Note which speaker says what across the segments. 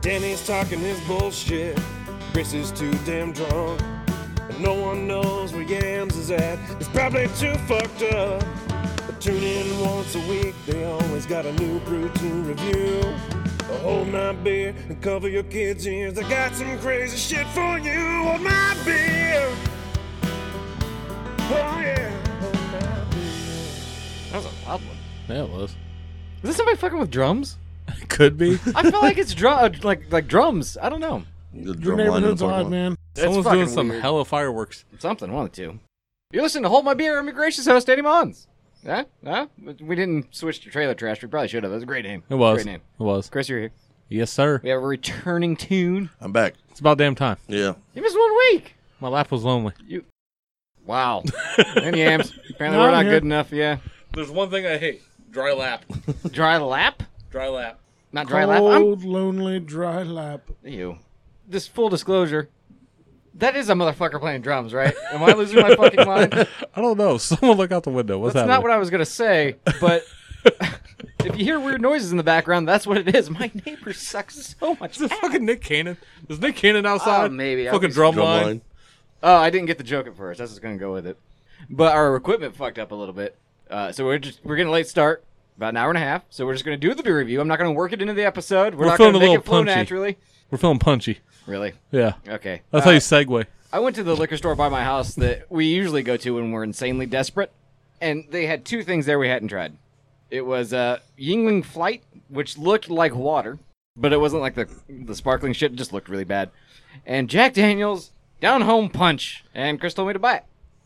Speaker 1: Danny's talking his bullshit. Chris is too damn drunk. And no one knows where Yams is at. He's probably too fucked up. But tune in once a week. They always got a new brew to review. So hold my beer and cover your kids' ears. I got some crazy shit for you. Hold my beer. Oh yeah. Hold my beer.
Speaker 2: That was a loud one.
Speaker 3: Yeah, it was.
Speaker 2: Is this somebody fucking with drums?
Speaker 3: Could be.
Speaker 2: I feel like it's drum, like like drums. I don't know.
Speaker 4: The
Speaker 3: Your
Speaker 4: drum line in the
Speaker 3: neighborhood's
Speaker 4: parking
Speaker 3: odd,
Speaker 4: lot.
Speaker 3: man.
Speaker 2: That's
Speaker 3: Someone's
Speaker 2: fucking
Speaker 3: doing some
Speaker 2: weird.
Speaker 3: hella fireworks.
Speaker 2: Something, one of the two. You listen to Hold My Beer. I'm your gracious host, Eddie Mons. Huh? Huh? We didn't switch to Trailer Trash. We probably should have. That's a great name.
Speaker 3: It was.
Speaker 2: Great name.
Speaker 3: It was.
Speaker 2: Chris, you're here.
Speaker 3: Yes, sir.
Speaker 2: We have a returning tune.
Speaker 4: I'm back.
Speaker 3: It's about damn time.
Speaker 4: Yeah.
Speaker 2: You missed one week.
Speaker 3: My lap was lonely.
Speaker 2: Wow. and yams. Apparently
Speaker 3: No,
Speaker 2: we're
Speaker 3: I'm
Speaker 2: not
Speaker 3: here.
Speaker 2: good enough. Yeah.
Speaker 3: There's one thing I hate: dry lap.
Speaker 2: Dry lap.
Speaker 3: Dry lap.
Speaker 2: Not dry lap. I'm
Speaker 3: Old lonely dry lap.
Speaker 2: Ew. This full disclosure. That is a motherfucker playing drums, right? Am I losing my fucking mind? That's
Speaker 3: I don't know. Someone look out the window. What's
Speaker 2: not
Speaker 3: happening?
Speaker 2: what I was gonna say, but if you hear weird noises in the background, that's what it is. My neighbor sucks so much.
Speaker 3: Is it fucking Nick Cannon? Is Nick Cannon outside?
Speaker 2: Oh, maybe. I
Speaker 3: Fucking
Speaker 2: was-
Speaker 3: drum,
Speaker 4: Drum
Speaker 3: line.
Speaker 4: line.
Speaker 2: Oh, I didn't get the joke at first. That's just gonna go with it. But our equipment fucked up a little bit, uh, so we're just we're getting a late start, about an hour and a half. So we're just gonna do the beer review. I'm not gonna work it into the episode. We're,
Speaker 3: We're
Speaker 2: not
Speaker 3: feeling
Speaker 2: gonna
Speaker 3: a
Speaker 2: make
Speaker 3: little
Speaker 2: it flow
Speaker 3: punchy.
Speaker 2: naturally.
Speaker 3: We're feeling punchy.
Speaker 2: Really?
Speaker 3: Yeah.
Speaker 2: Okay.
Speaker 3: That's
Speaker 2: Uh,
Speaker 3: how you segue.
Speaker 2: I went to the liquor store by my house that we usually go to when we're insanely desperate, and they had two things there we hadn't tried. It was uh, Yingling Flight, which looked like water, but it wasn't like the the sparkling shit. It just looked really bad. And Jack Daniels Down Home Punch, and Chris told me to buy it.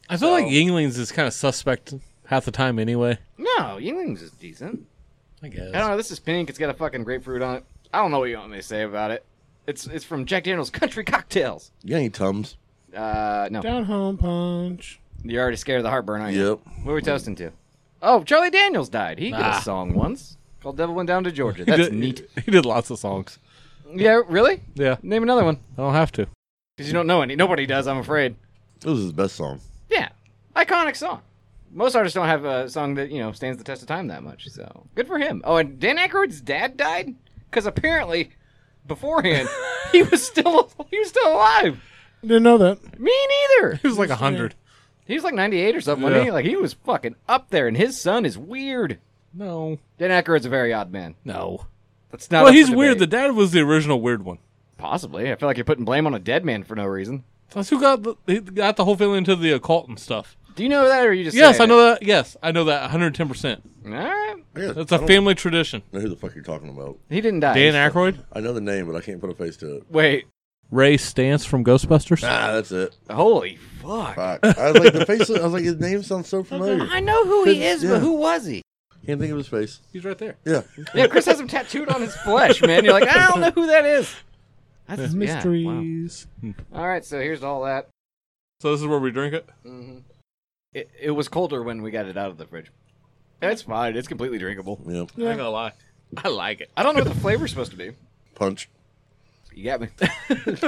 Speaker 3: I feel like Yinglings is kind of suspect half the time anyway.
Speaker 2: No, Yingling's is decent.
Speaker 3: I guess.
Speaker 2: I don't know. This is pink. It's got a fucking grapefruit on it. I don't know what you want me to say about it. It's it's from Jack Daniels Country Cocktails.
Speaker 4: You ain't Tums.
Speaker 2: Uh, no,
Speaker 3: Down home punch.
Speaker 2: you're already scared of the heartburn, aren't you?
Speaker 4: Yep.
Speaker 2: What are we toasting to? Oh, Charlie Daniels died. He did
Speaker 3: Ah.
Speaker 2: a song once called "Devil Went Down to Georgia."
Speaker 3: He
Speaker 2: That's
Speaker 3: did,
Speaker 2: neat.
Speaker 3: He did lots of songs.
Speaker 2: Yeah, really?
Speaker 3: Yeah.
Speaker 2: Name another one
Speaker 3: I don't have to.
Speaker 2: because you don't know any. Nobody does, I'm afraid.
Speaker 4: This is his best song.
Speaker 2: Yeah, iconic song. Most artists don't have a song that you know stands the test of time that much. So good for him. Oh, and Dan Aykroyd's dad died because apparently, beforehand, he was still he was still alive.
Speaker 5: Didn't know that.
Speaker 2: Me neither.
Speaker 3: He was like a hundred.
Speaker 2: He was like 98 or something. wasn't
Speaker 3: Yeah.
Speaker 2: he? Like he was fucking up there, and his son is weird.
Speaker 3: No.
Speaker 2: Dan Aykroyd's a very odd man.
Speaker 3: No.
Speaker 2: That's not.
Speaker 3: well,
Speaker 2: up
Speaker 3: he's
Speaker 2: for
Speaker 3: weird.
Speaker 2: debate.
Speaker 3: The dad was the original weird one.
Speaker 2: Possibly. I feel like you're putting blame on a dead man for no reason.
Speaker 3: That's who got the, he got the whole family into the occult and stuff.
Speaker 2: Do you know that, or are you just?
Speaker 3: Yes, I
Speaker 2: saying
Speaker 3: know that. Yes, I know that. 110. percent
Speaker 2: it? All right.
Speaker 4: Yeah,
Speaker 3: That's
Speaker 4: I
Speaker 3: a
Speaker 4: don't
Speaker 3: family tradition.
Speaker 4: know who the fuck you're talking about.
Speaker 2: He didn't die.
Speaker 3: Dan Aykroyd.
Speaker 4: I know the name, but I can't put a face to it.
Speaker 2: Wait.
Speaker 3: Ray Stance from Ghostbusters.
Speaker 4: Ah, that's it.
Speaker 2: Holy fuck.
Speaker 4: Fuck. I was like the face. I was like his name sounds so familiar.
Speaker 2: I know who he is,
Speaker 4: Yeah.
Speaker 2: but who was he?
Speaker 4: Can't think of his face.
Speaker 3: He's right there.
Speaker 4: Yeah.
Speaker 2: Yeah, Chris has him tattooed on his flesh, man. You're like, I don't know who that is. That's yeah, wow.
Speaker 5: Mysteries.
Speaker 3: Hmm.
Speaker 2: All right, so here's all that.
Speaker 3: So this is where we drink it.
Speaker 2: Mhm. It, it was colder when we got it out of the fridge. It's fine. It's completely drinkable.
Speaker 4: Yeah.
Speaker 3: I ain't gonna lie. I like it.
Speaker 2: I don't know what the flavor's supposed to be.
Speaker 4: Punch.
Speaker 2: You got me.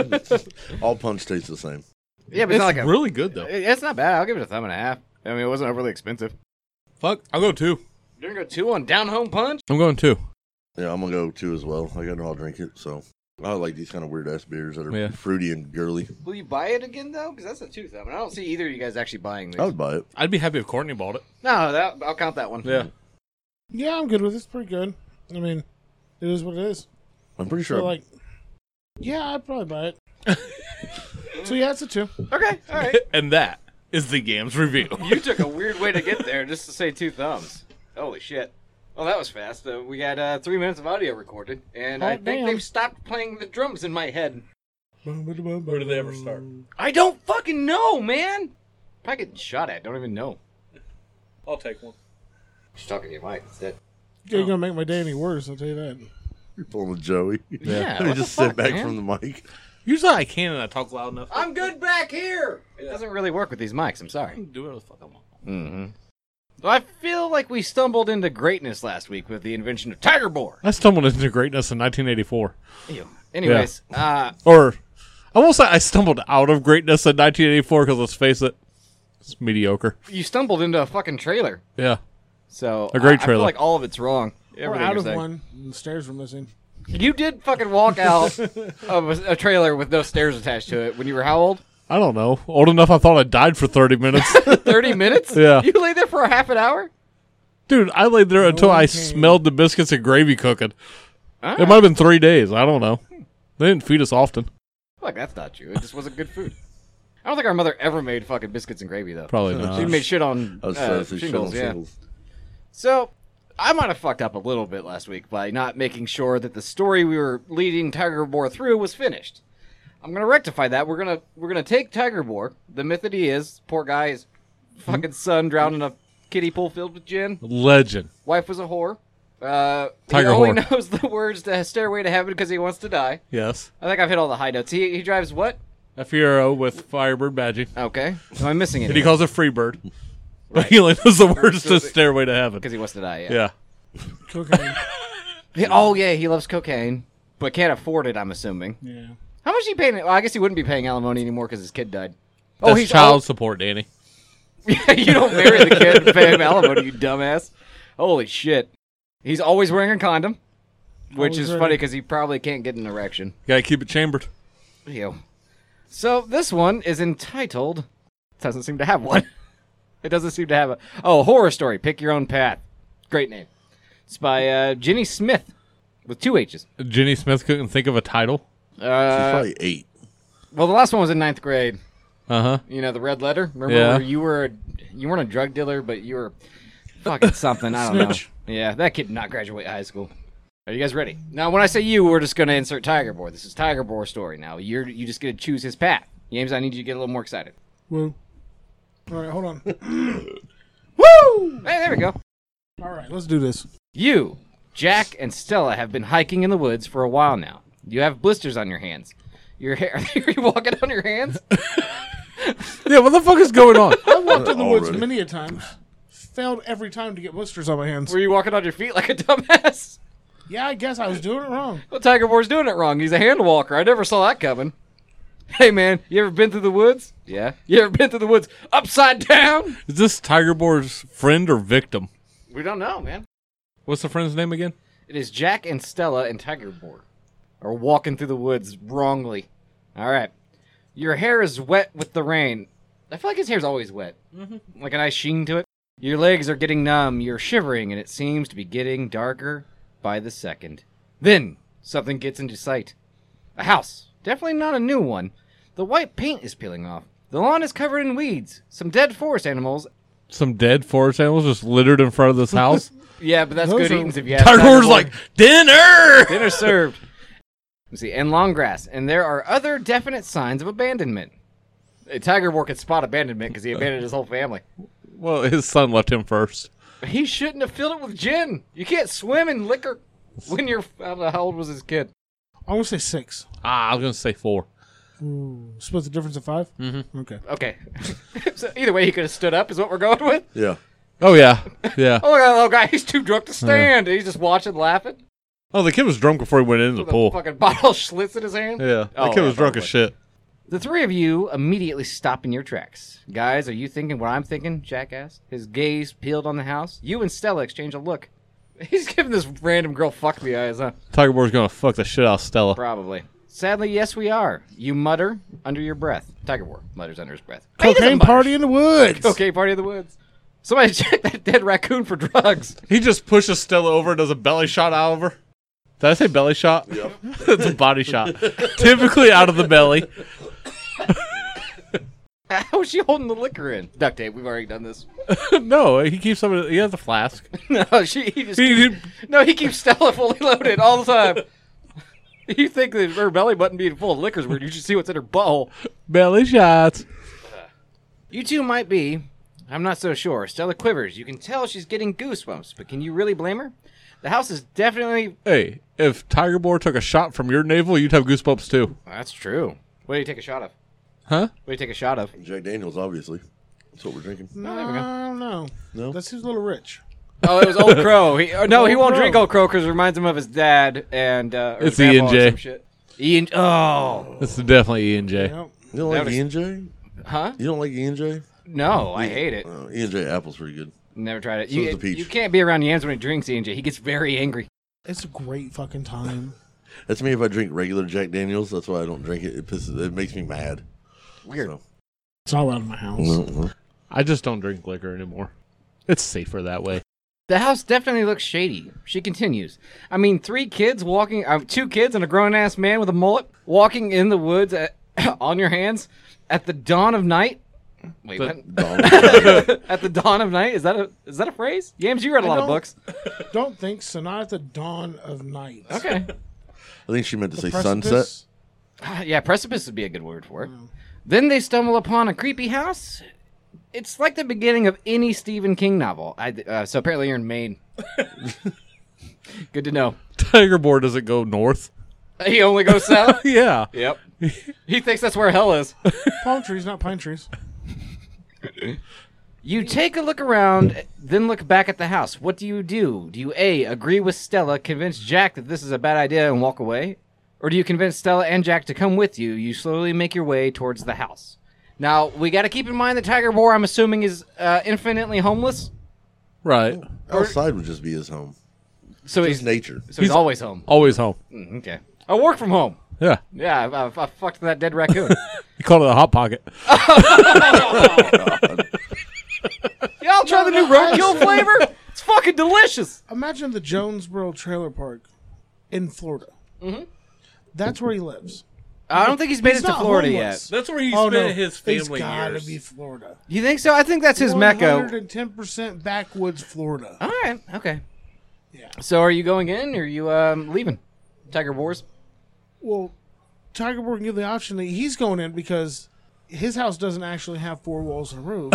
Speaker 4: All punch tastes the same.
Speaker 2: Yeah, but it's,
Speaker 3: It's
Speaker 2: not like a,
Speaker 3: really good though.
Speaker 2: it- It's not bad. I'll give it a thumb and a half. I mean, it wasn't overly expensive.
Speaker 3: Fuck. I'll go two.
Speaker 2: You're gonna go two on down home punch.
Speaker 3: I'm going two.
Speaker 4: Yeah, I'm gonna go two as well. Like, I know I'll drink it. So I like these kind of weird ass beers that are
Speaker 3: Yeah.
Speaker 4: fruity and girly.
Speaker 2: Will you buy it again though? Because that's a two thumb, and I don't see either of you guys actually buying these.
Speaker 4: I would buy it.
Speaker 3: I'd be happy if Courtney bought it.
Speaker 2: No, that I'll count that one.
Speaker 5: Yeah, I'm good with it. It's pretty good. I mean, it is what it is.
Speaker 4: I'm pretty
Speaker 5: So
Speaker 4: sure.
Speaker 5: like, yeah, I'd probably buy it. so yeah, it's a two.
Speaker 2: Okay. All right.
Speaker 3: and that is the game's review.
Speaker 2: you took a weird way to get there just to say two thumbs. Holy shit. Well, that was fast. Uh, we got uh, three minutes of audio recorded, and I
Speaker 5: Hot
Speaker 2: think
Speaker 5: damn.
Speaker 2: they've stopped playing the drums in my head.
Speaker 3: Where do they ever start?
Speaker 2: I don't fucking know, man. If I get shot at, don't even know.
Speaker 3: I'll take one.
Speaker 2: She's talking to your mic instead.
Speaker 5: You're gonna make my day any worse? I'll tell you that.
Speaker 4: You're pulling with Joey.
Speaker 2: Yeah.
Speaker 4: Let me
Speaker 2: what the
Speaker 4: just sit
Speaker 2: fuck,
Speaker 4: back
Speaker 2: man?
Speaker 4: from the mic.
Speaker 3: Usually I can and I talk loud enough.
Speaker 2: I'm good back here. It doesn't really work with these mics. I'm sorry.
Speaker 3: can do whatever the fuck I want.
Speaker 2: Mm-hmm. I feel like we stumbled into greatness last week with the invention of Tiger Bore.
Speaker 3: I stumbled into greatness in 1984.
Speaker 2: Ew. Anyways, uh,
Speaker 3: Or I won't say I stumbled out of greatness in 1984 because let's face it, it's mediocre.
Speaker 2: you stumbled into a fucking trailer.
Speaker 3: Yeah.
Speaker 2: So
Speaker 3: A
Speaker 2: I,
Speaker 3: great
Speaker 2: I feel
Speaker 3: trailer.
Speaker 2: like all of it's wrong.
Speaker 5: We're
Speaker 2: Everything
Speaker 5: out
Speaker 2: you're
Speaker 5: of
Speaker 2: saying.
Speaker 5: one. and The stairs were missing.
Speaker 2: You did fucking walk out of a, a trailer with no stairs attached to it when you were how old?
Speaker 3: I don't know. Old enough I thought I died for 30 minutes.
Speaker 2: 30 minutes?
Speaker 3: Yeah.
Speaker 2: You lay there for a half an hour?
Speaker 3: Dude, I laid there until I smelled the biscuits and gravy cooking. It might have been three days. I don't know. They didn't feed us often.
Speaker 2: Fuck, that's not true. It just wasn't good food. I don't think our mother ever made fucking biscuits and gravy, though.
Speaker 3: Probably
Speaker 2: She
Speaker 3: not.
Speaker 2: made shit on
Speaker 4: I was
Speaker 2: uh,
Speaker 4: trying to shit on
Speaker 2: shingles, yeah.
Speaker 4: shingles.
Speaker 2: So, I might have fucked up a little bit last week by not making sure that the story we were leading Tiger Boar through was finished. I'm gonna rectify that. We're gonna we're gonna take Tiger Boar, the myth that he is, poor guy, his
Speaker 3: Hmm?
Speaker 2: fucking son drowned in a kiddie pool filled with gin.
Speaker 3: Legend.
Speaker 2: Wife was a whore. Uh,
Speaker 3: Tiger
Speaker 2: he only
Speaker 3: whore.
Speaker 2: knows the words to Stairway to Heaven because he wants to die.
Speaker 3: Yes.
Speaker 2: I think I've hit all the high notes. He, he drives what?
Speaker 3: A Fiero with Firebird Badgie.
Speaker 2: Okay. Am I missing
Speaker 3: And he
Speaker 2: it?
Speaker 3: calls it Freebird. But he only knows the words to
Speaker 2: Because-
Speaker 3: Stairway to Heaven.
Speaker 2: Because he wants to die, yeah.
Speaker 3: Yeah.
Speaker 5: Cocaine.
Speaker 2: He- oh, yeah, he loves cocaine, but can't afford it, I'm assuming.
Speaker 5: yeah.
Speaker 2: How much he paying? Well, I guess he wouldn't be paying alimony anymore because his kid died.
Speaker 3: That's
Speaker 2: oh, he's
Speaker 3: child support, Danny.
Speaker 2: al- Yeah, you don't marry the kid and pay him alimony, you dumbass. Holy shit. He's always wearing a condom, which
Speaker 5: Always
Speaker 2: is
Speaker 5: wearing
Speaker 2: funny
Speaker 5: a-
Speaker 2: because he probably can't get an erection.
Speaker 3: Gotta keep it chambered.
Speaker 2: Ew. So this one is entitled. Doesn't seem to have one. It doesn't seem to have a. Oh, horror story. Pick your own path. Great name. It's by uh, Ginny Smith, with two H's.
Speaker 3: Jenny Smith couldn't think of a title.
Speaker 4: She's
Speaker 2: Uh,
Speaker 4: probably eight.
Speaker 2: well, the last one was in ninth grade.
Speaker 3: Uh huh.
Speaker 2: You know the red letter. Remember
Speaker 3: Yeah.
Speaker 2: where you were you weren't a drug dealer, but you were fucking something. I don't know.
Speaker 5: Snitch.
Speaker 2: Yeah, that kid did not graduate high school. Are you guys ready? Now, when I say you, we're just gonna insert Tiger Boar. This is Tiger Boar's story. Now you're you just gonna choose his path. James, I need you to get a little more excited.
Speaker 5: Woo. All right, hold on.
Speaker 2: Woo! Hey, there we go.
Speaker 5: All right, let's do this.
Speaker 2: You, Jack, and Stella have been hiking in the woods for a while now. You have blisters on your hands. Your hair. Are you walking on your hands?
Speaker 3: Yeah, what the fuck is going on?
Speaker 5: I walked in the woods
Speaker 4: Already.
Speaker 5: many a times. Failed every time to get blisters on my hands.
Speaker 2: Were you walking on your feet like a dumbass?
Speaker 5: Yeah, I guess I was doing it wrong.
Speaker 2: Well, Tiger Boar's doing it wrong. He's a hand walker. I never saw that coming. Hey, man, you ever been through the woods? Yeah. You ever been through the woods upside down?
Speaker 3: Is this Tiger Boar's friend or victim?
Speaker 2: We don't know, man.
Speaker 3: What's the friend's name again?
Speaker 2: It is Jack and Stella and Tiger Boar are walking through the woods wrongly. All right. Your hair is wet with the rain. I feel like his hair's always wet. Mm-hmm. Like a nice sheen to it. Your legs are getting numb. You're shivering, and it seems to be getting darker by the second. Then something gets into sight. A house. Definitely not a new one. The white paint is peeling off. The lawn is covered in weeds, some dead forest animals.
Speaker 3: Some dead forest animals just litteaters in front of this house.
Speaker 2: Yeah, but that's
Speaker 5: Those
Speaker 2: good
Speaker 5: are-
Speaker 2: eatings if you have
Speaker 3: Tiger
Speaker 2: Tiger
Speaker 3: Boar's
Speaker 2: Boar.
Speaker 3: like, dinner!
Speaker 2: Dinner served. Let's see, and long grass. And there are other definite signs of abandonment. A tiger war could spot abandonment because he abandoned his whole family.
Speaker 3: Well, his son left him first.
Speaker 2: He shouldn't have filled it with gin. You can't swim in liquor when you're. I don't know how old was his kid.
Speaker 5: I want to say six.
Speaker 3: Ah, I was gonna say four.
Speaker 5: Ooh, split the difference of 5 Mm-hmm. Okay.
Speaker 2: Okay. so either way, he could have stood up, is what we're going with.
Speaker 4: Yeah.
Speaker 3: Oh yeah, yeah.
Speaker 2: Oh, look at that little guy. He's too drunk to stand. He's just watching, laughing.
Speaker 3: Oh, the kid was drunk before he went into the
Speaker 2: With a
Speaker 3: pool.
Speaker 2: fucking bottle of Schlitz in his hand.
Speaker 3: Yeah, the
Speaker 2: Oh,
Speaker 3: kid
Speaker 2: yeah,
Speaker 3: was drunk as shit.
Speaker 2: The three of you immediately stop in your tracks. Guys, are you thinking what I'm thinking? Jack asked. His gaze peeled on the house. You and Stella exchange a look. He's giving this random girl fuck the eyes, huh?
Speaker 3: Tiger Boar's gonna fuck the shit out of Stella.
Speaker 2: Probably. Sadly, yes, we are. You mutter under your breath. Tiger War mutters under his breath. He doesn't
Speaker 5: Cocaine
Speaker 2: mutter.
Speaker 5: party in the woods.
Speaker 2: Cocaine party in the woods. Somebody check that dead raccoon for drugs.
Speaker 3: He just pushes Stella over and does a belly shot out of her. Did I say belly shot? Yeah. it's a body shot. Typically out of the belly.
Speaker 2: How is she holding the liquor in? Duct tape. We've already done this.
Speaker 3: no, he keeps some. Of, he has a flask.
Speaker 2: No, she. He just.
Speaker 3: He- he-
Speaker 2: No, he keeps Stella fully loaded all the time. you think that her belly button being full of liquor's weird? You should see what's in her butthole.
Speaker 3: belly shots.
Speaker 2: You two might be. I'm not so sure. Stella quivers. You can tell she's getting goosebumps, but can you really blame her? The house is definitely.
Speaker 3: Hey, if Tiger Boar took a shot from your navel, you'd have goosebumps too.
Speaker 2: That's true. What do you take a shot of?
Speaker 3: Huh?
Speaker 2: What do you take a shot of?
Speaker 4: Jack Daniels, obviously. That's what we're drinking.
Speaker 5: No, I don't know.
Speaker 4: No?
Speaker 5: That seems a little rich.
Speaker 2: Oh, it was Old Crow. He, or no, he
Speaker 5: Old
Speaker 2: won't
Speaker 5: Crow.
Speaker 2: drink Old Crow because it reminds him of his dad and. Uh, or his
Speaker 3: It's E and
Speaker 2: grandpa or
Speaker 3: J.
Speaker 2: some shit. E and Oh.
Speaker 3: This is definitely E and J.
Speaker 5: Yep.
Speaker 4: You don't
Speaker 2: That
Speaker 4: like
Speaker 2: was-
Speaker 4: E&J?
Speaker 2: Huh?
Speaker 4: You don't like E E&J?
Speaker 2: No, I hate it.
Speaker 4: Uh, E&J apple's pretty good.
Speaker 2: Never tried it.
Speaker 4: So
Speaker 2: you,
Speaker 4: is the peach.
Speaker 2: you can't be around Yams when he drinks E and J. He gets very angry.
Speaker 5: It's a great fucking time.
Speaker 4: That's me if I drink regular Jack Daniels. That's why I don't drink it. It pisses. It makes me mad. Weird. So,
Speaker 5: It's all out of my house.
Speaker 4: Mhm.
Speaker 3: I just don't drink liquor anymore. It's safer that way.
Speaker 2: The house definitely looks shady. She continues. I mean, three kids walking, uh, two kids and a grown ass man with a mullet walking in the woods at, on your hands at the dawn of night. Wait,
Speaker 4: Dong.
Speaker 2: what? at the dawn of night? Is that a is that a phrase? Yams, you read a lot of
Speaker 5: don't-
Speaker 2: books.
Speaker 5: Don't think so. Not at the dawn of night.
Speaker 2: Okay.
Speaker 4: I think she meant to say sunset.
Speaker 5: Precipice?
Speaker 2: Ah, yeah, precipice would be a good word for it. Then they stumble upon a creepy house. It's like the beginning of any Stephen King novel. I, uh, so apparently you're in Maine. good to know.
Speaker 3: Tiger boar doesn't go north.
Speaker 2: He only goes south.
Speaker 3: Yeah.
Speaker 2: yep. He thinks that's where hell is.
Speaker 5: Palm trees, not pine trees.
Speaker 2: You take a look around, then look back at the house. What do you do? Do you A, agree with Stella, convince Jack that this is a bad idea and walk away? Or do you convince Stella and Jack to come with you? You slowly make your way towards the house. Now, we got to keep in mind that Tiger Boar, I'm assuming, is uh, infinitely homeless.
Speaker 3: Right.
Speaker 4: Outside would just be his home.
Speaker 2: So he's,
Speaker 4: It's nature.
Speaker 2: so he's, always home.
Speaker 3: Always home.
Speaker 2: Mm, Okay. I work from home.
Speaker 3: Yeah.
Speaker 2: Yeah, I, I, I fucked that dead raccoon.
Speaker 3: You call it a hot pocket.
Speaker 2: yeah, I'll try the new roadkill flavor. It's fucking delicious.
Speaker 5: Imagine the Jonesboro Trailer Park in Florida. Mm-hmm. That's where he lives.
Speaker 2: I don't think he's made
Speaker 5: He's
Speaker 2: it to
Speaker 5: not
Speaker 2: Florida
Speaker 5: homeless.
Speaker 2: yet.
Speaker 6: That's where he
Speaker 5: oh
Speaker 6: spent
Speaker 5: no,
Speaker 6: his
Speaker 5: it's
Speaker 6: family
Speaker 5: gotta
Speaker 6: years.
Speaker 5: be Florida.
Speaker 2: You think so? I think that's his mecca.
Speaker 5: 110% backwoods Florida.
Speaker 2: All right. Okay.
Speaker 5: Yeah.
Speaker 2: So are you going in or are you um, leaving? Tiger Wars?
Speaker 5: Well, Tiger Board can give the option that he's going in because his house doesn't actually have four walls and a roof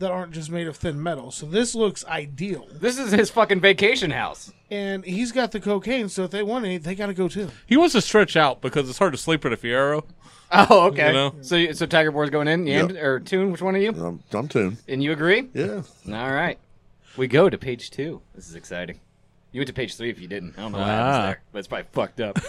Speaker 5: that aren't just made of thin metal. So this looks ideal.
Speaker 2: This is his fucking vacation house.
Speaker 5: And he's got the cocaine, so if they want any, they got to go too.
Speaker 3: He wants to stretch out because it's hard to sleep at a Fiero.
Speaker 2: Oh, okay.
Speaker 3: You know?
Speaker 2: So you- so Tiger Wars going in? Yam,
Speaker 4: Yep.
Speaker 2: Or Tune, which one are you?
Speaker 4: I'm, I'm tuned.
Speaker 2: And you agree?
Speaker 4: Yeah.
Speaker 2: All right. We go to page two. This is exciting. You went to page three if you didn't. I don't know what happens
Speaker 3: Ah.
Speaker 2: there, but it's probably fucked up.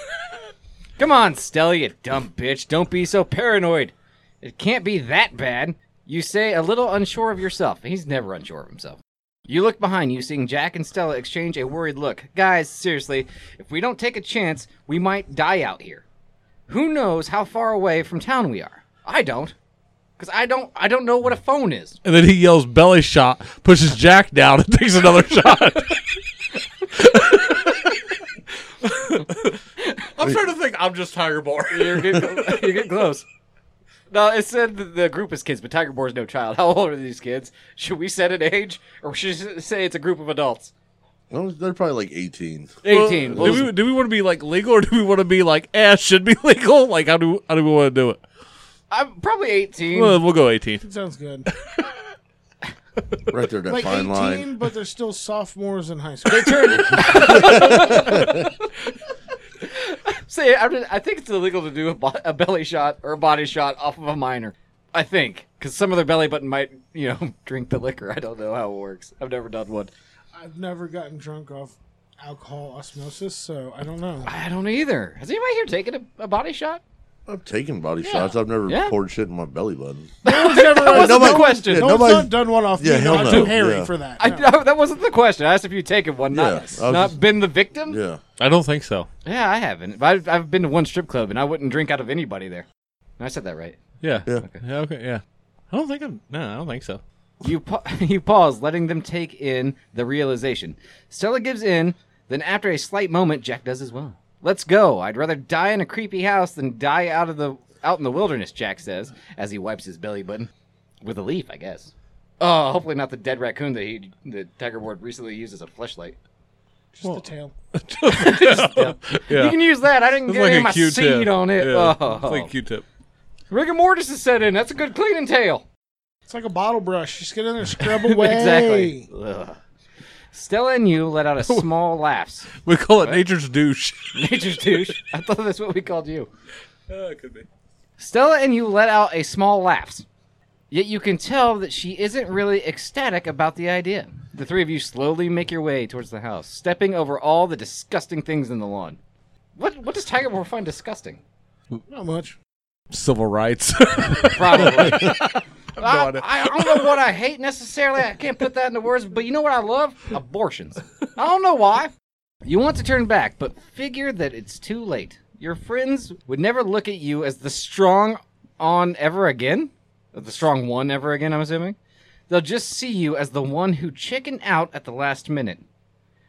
Speaker 2: Come on, Stella, you dumb bitch. Don't be so paranoid. It can't be that bad. You say a little unsure of yourself. He's never unsure of himself. You look behind you, seeing Jack and Stella exchange a worried look. Guys, seriously, if we don't take a chance, we might die out here. Who knows how far away from town we are? I don't. Because I don't I don't know what a phone is.
Speaker 3: And then he yells belly shot, pushes Jack down, and takes another shot. I'm trying to think I'm just Tiger Boar.
Speaker 2: You're getting, you're getting close. No, it said th- the group is kids, but Tiger Boar's no child. How old are these kids? Should we set an age, or should we s- say it's a group of adults?
Speaker 4: Well, they're probably like 18.
Speaker 2: Eighteen. Well,
Speaker 3: do, we, do we want to be like legal or do we want to be like, eh, should be legal? Like, how do how do we want to do it?
Speaker 2: I'm probably eighteen.
Speaker 3: Well, we'll go 18.
Speaker 5: Sounds good.
Speaker 4: Right there, that
Speaker 5: Like
Speaker 4: fine
Speaker 5: 18,
Speaker 4: line.
Speaker 5: but they're still sophomores in high school.
Speaker 2: say, I, mean, I think it's illegal to do a, bo- a belly shot or a body shot off of a minor. I think because some of their belly button might, you know, drink the liquor. I don't know how it works. I've never done one.
Speaker 5: I've never gotten drunk off alcohol osmosis, so I don't know.
Speaker 2: I don't either. Has anybody here taken a, a body shot?
Speaker 4: I've taken body shots. I've never
Speaker 2: Yeah.
Speaker 4: poured shit in my belly button.
Speaker 2: that wasn't
Speaker 4: nobody-
Speaker 2: the question.
Speaker 4: yeah,
Speaker 5: No
Speaker 4: Nobody-
Speaker 5: one's done, done one off
Speaker 4: Yeah,
Speaker 5: me.
Speaker 4: hell
Speaker 5: I'm
Speaker 4: no.
Speaker 5: too hairy
Speaker 4: Yeah.
Speaker 5: for that.
Speaker 2: I,
Speaker 5: No.
Speaker 2: no, that wasn't the question. I asked if you've taken one,
Speaker 4: Yeah, I
Speaker 2: not,
Speaker 4: was
Speaker 2: not
Speaker 4: just-
Speaker 2: been the victim.
Speaker 4: Yeah.
Speaker 3: I don't think so.
Speaker 2: Yeah, I haven't. But I've, I've been to one strip club and I wouldn't drink out of anybody there. And I said that right.
Speaker 3: Yeah.
Speaker 4: Yeah.
Speaker 3: Okay. Yeah. Okay. Yeah. I don't think I'm. No, I don't think so.
Speaker 2: You pa- you pause, letting them take in the realization. Stella gives in. Then after a slight moment, Jack does as well. Let's go. I'd rather die in a creepy house than die out of the out in the wilderness. Jack says as he wipes his belly button with a leaf, I guess. Oh, hopefully not the dead raccoon that he the tiger board recently used as a fleshlight.
Speaker 5: Just the tail.
Speaker 3: Yeah.
Speaker 2: You can use that. I didn't
Speaker 3: It's
Speaker 2: get any of my
Speaker 3: Q-tip.
Speaker 2: seed on it.
Speaker 3: Yeah.
Speaker 2: Oh.
Speaker 3: It's like a Q-tip.
Speaker 2: Rigor mortis is set in. That's a good cleaning tail.
Speaker 5: It's like a bottle brush. Just get in there, scrub away.
Speaker 2: Exactly. Ugh. Stella and you let out a small laughs.
Speaker 3: We call it nature's douche.
Speaker 2: Nature's douche. I thought that's what we called you.
Speaker 3: Uh, it could be.
Speaker 2: Stella and you let out a small laughs. Yet you can tell that she isn't really ecstatic about the idea. The three of you slowly make your way towards the house, stepping over all the disgusting things in the lawn. What what does Tiger Boar find disgusting?
Speaker 5: Not much.
Speaker 3: Civil rights.
Speaker 2: Probably. I,
Speaker 3: idea.
Speaker 2: I don't know what I hate necessarily. I can't put that into words, but you know what I love? Abortions. I don't know why. You want to turn back, but figure that it's too late. Your friends would never look at you as the strong on ever again. The strong one ever again, I'm assuming. They'll just see you as the one who chickened out at the last minute.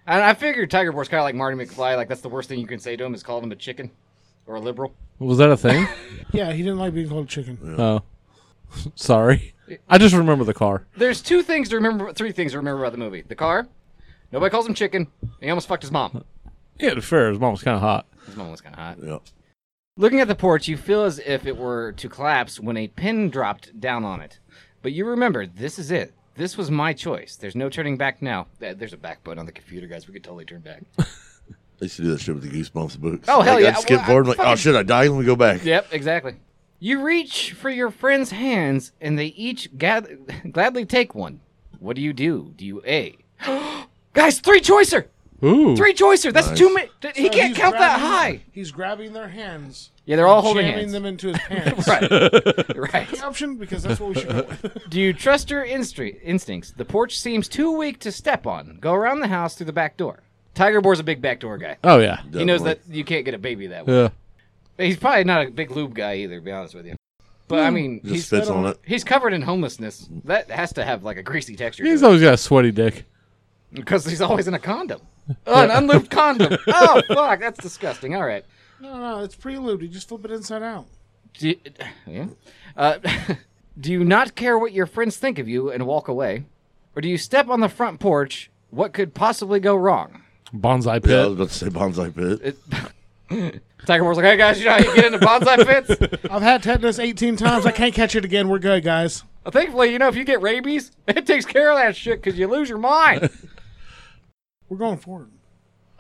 Speaker 2: And I figured Tiger Boar's kind of like Marty McFly. Like, that's the worst thing you can say to him is call him a chicken or a liberal.
Speaker 3: Was that a thing?
Speaker 5: Yeah, he didn't like being called chicken.
Speaker 3: oh, sorry. I just remember the car.
Speaker 2: There's two things to remember, three things to remember about the movie the car, nobody calls him chicken, and he almost fucked his mom.
Speaker 3: Yeah, to be fair, his mom was kind of hot.
Speaker 2: His mom was kind of hot.
Speaker 4: Yeah.
Speaker 2: Looking at the porch, you feel as if it were to collapse when a pin dropped down on it. But you remember, this is it. This was my choice. There's no turning back now. Uh, There's a back button on the computer, guys. We could totally turn back.
Speaker 4: I used to do that shit with the Goosebumps books.
Speaker 2: Oh, hell
Speaker 4: Like,
Speaker 2: yeah.
Speaker 4: I'd skip
Speaker 2: Well, I
Speaker 4: forward, like, oh
Speaker 2: fucking-
Speaker 4: shit, I died. Let me go back.
Speaker 2: yep, exactly. You reach for your friend's hands, and they each gath- gladly take one. What do you do? Do you A? guys, three choicer!
Speaker 3: Ooh,
Speaker 2: Three choicer! That's
Speaker 4: Nice.
Speaker 2: too many. He can't
Speaker 5: He's
Speaker 2: count that
Speaker 5: grabbing-
Speaker 2: high!
Speaker 5: He's grabbing their hands.
Speaker 2: Yeah, they're all holding
Speaker 5: jamming
Speaker 2: hands.
Speaker 5: them into his pants.
Speaker 2: Right. right.
Speaker 5: Option because that's what we should go with.
Speaker 2: Do you trust your instri- instincts? The porch seems too weak to step on. Go around the house through the back door. Tiger Boar's a big back door guy.
Speaker 3: Oh yeah,
Speaker 2: He knows that
Speaker 4: Definitely.
Speaker 2: you can't get a baby that way.
Speaker 3: yeah.
Speaker 2: He's probably not a big lube guy either, to be honest with you. But I mean,
Speaker 4: Just
Speaker 2: he's
Speaker 4: spits
Speaker 5: settled.
Speaker 4: on it.
Speaker 2: he's covered in homelessness. That has to have like a greasy texture
Speaker 3: He's
Speaker 2: to it.
Speaker 3: always got a sweaty dick.
Speaker 2: because he's always in a condom. Oh, an unlubed condom. Oh fuck, that's disgusting. All right.
Speaker 5: No, no, it's prelude. You just flip it inside out.
Speaker 2: Do you, yeah. Uh, do you not care what your friends think of you and walk away, or do you step on the front porch? What could possibly go wrong?
Speaker 3: Bonsai
Speaker 4: Yeah,
Speaker 3: pit.
Speaker 4: I was about to say bonsai pit.
Speaker 2: It, Tiger Moore's like, hey guys, you know how you get into bonsai pits?
Speaker 5: I've had tetanus 18 times. I can't catch it again. We're good, guys.
Speaker 2: Thankfully, you know, if you get rabies, it takes care of that shit because you lose your mind.
Speaker 5: We're going forward.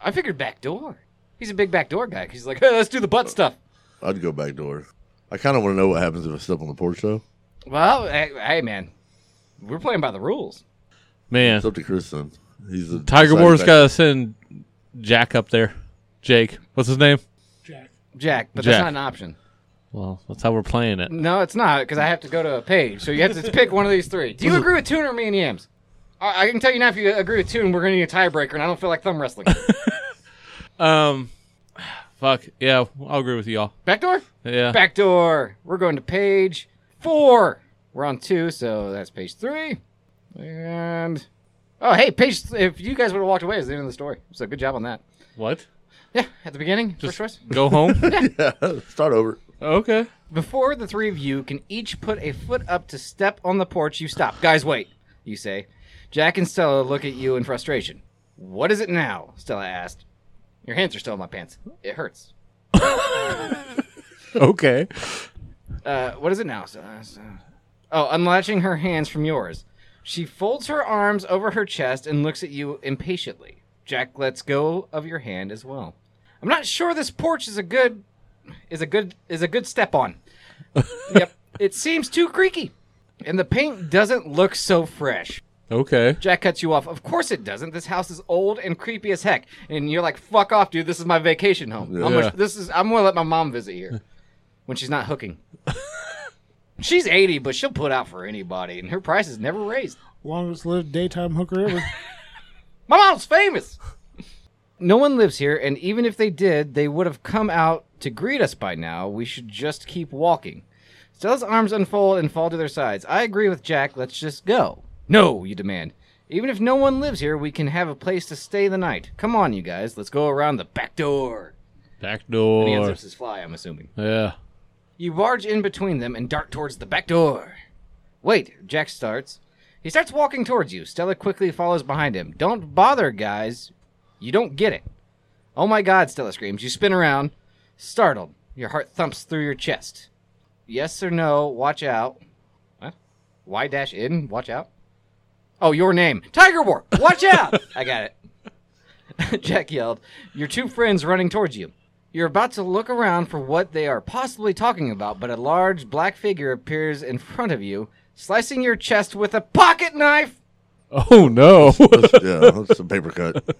Speaker 2: I figured back door. He's a big back door guy. 'cause He's like, hey, let's do the butt stuff.
Speaker 4: I'd go back door. I kind of want to know what happens if I step on the porch though.
Speaker 2: Well, hey, hey, man, we're playing by the rules.
Speaker 3: Man,
Speaker 4: It's up to Chris then. He's the
Speaker 3: Tiger
Speaker 4: deciding
Speaker 3: Wars
Speaker 4: factor.
Speaker 3: got to send Jack up there. Jake, what's his name?
Speaker 5: Jack.
Speaker 2: Jack, but
Speaker 3: Jack.
Speaker 2: that's not an option.
Speaker 3: Well, that's how we're playing it.
Speaker 2: No, it's not because I have to go to a page. So you have to pick one of these three. Do you agree with Tune or me and Yams? I, I can tell you now if you agree with Tune, we're going to need a tiebreaker, and I don't feel like thumb wrestling.
Speaker 3: Um, fuck yeah, I'll agree with y'all.
Speaker 2: Backdoor?
Speaker 3: Yeah,
Speaker 2: Backdoor. We're going to page four. We're on two, so that's page three. And. Oh, hey, page. Th- if you guys would have walked away, it's the end of the story. So good job on that.
Speaker 3: what?
Speaker 2: Yeah, at the beginning,
Speaker 3: Just
Speaker 2: first choice.
Speaker 3: go home.
Speaker 4: Yeah, start over.
Speaker 3: okay.
Speaker 2: Before the three of you can each put a foot up to step on the porch, you stop. Guys, wait, you say. Jack and Stella look at you in frustration. What is it now? Stella asked. Your hands are still in my pants. It hurts.
Speaker 3: Okay.
Speaker 2: Uh, what is it now? Stella asked. Oh, unlatching her hands from yours. She folds her arms over her chest and looks at you impatiently. Jack lets go of your hand as well. I'm not sure this porch is a good is a good is a good step on. yep. It seems too creaky. And the paint doesn't look so fresh.
Speaker 3: Okay.
Speaker 2: Jack cuts you off. Of course it doesn't. This house is old and creepy as heck. And you're like, fuck off, dude. This is my vacation home. I'm
Speaker 3: Yeah.
Speaker 2: gonna, this is I'm gonna let my mom visit here when she's not hooking. she's 80, but she'll put out for anybody, and her price is never raised.
Speaker 5: Longest lived daytime hooker ever.
Speaker 2: My mom's famous. No one lives here, and even if they did, they would have come out to greet us by now. We should just keep walking. Stella's arms unfold and fall to their sides. I agree with Jack. Let's just go. No, you demand. Even if no one lives here, we can have a place to stay the night. Come on, you guys. Let's go around the back door.
Speaker 3: Back
Speaker 2: And he
Speaker 3: door.
Speaker 2: unzips his fly, I'm assuming.
Speaker 3: Yeah.
Speaker 2: You barge in between them and dart towards the back door. Wait, Jack starts. He starts walking towards you. Stella quickly follows behind him. Don't bother, guys. You don't get it. Oh my god, Stella screams. You spin around, startled. Your heart thumps through your chest. Yes or no, watch out. What? Y dash in, watch out? Oh, your name. Tiger War, watch out! I got it. Jack yelled, Your two friends running towards you. You're about to look around for what they are possibly talking about, but a large black figure appears in front of you, slicing your chest with a pocket knife!
Speaker 3: Oh no.
Speaker 4: That's- yeah, that's a paper cut.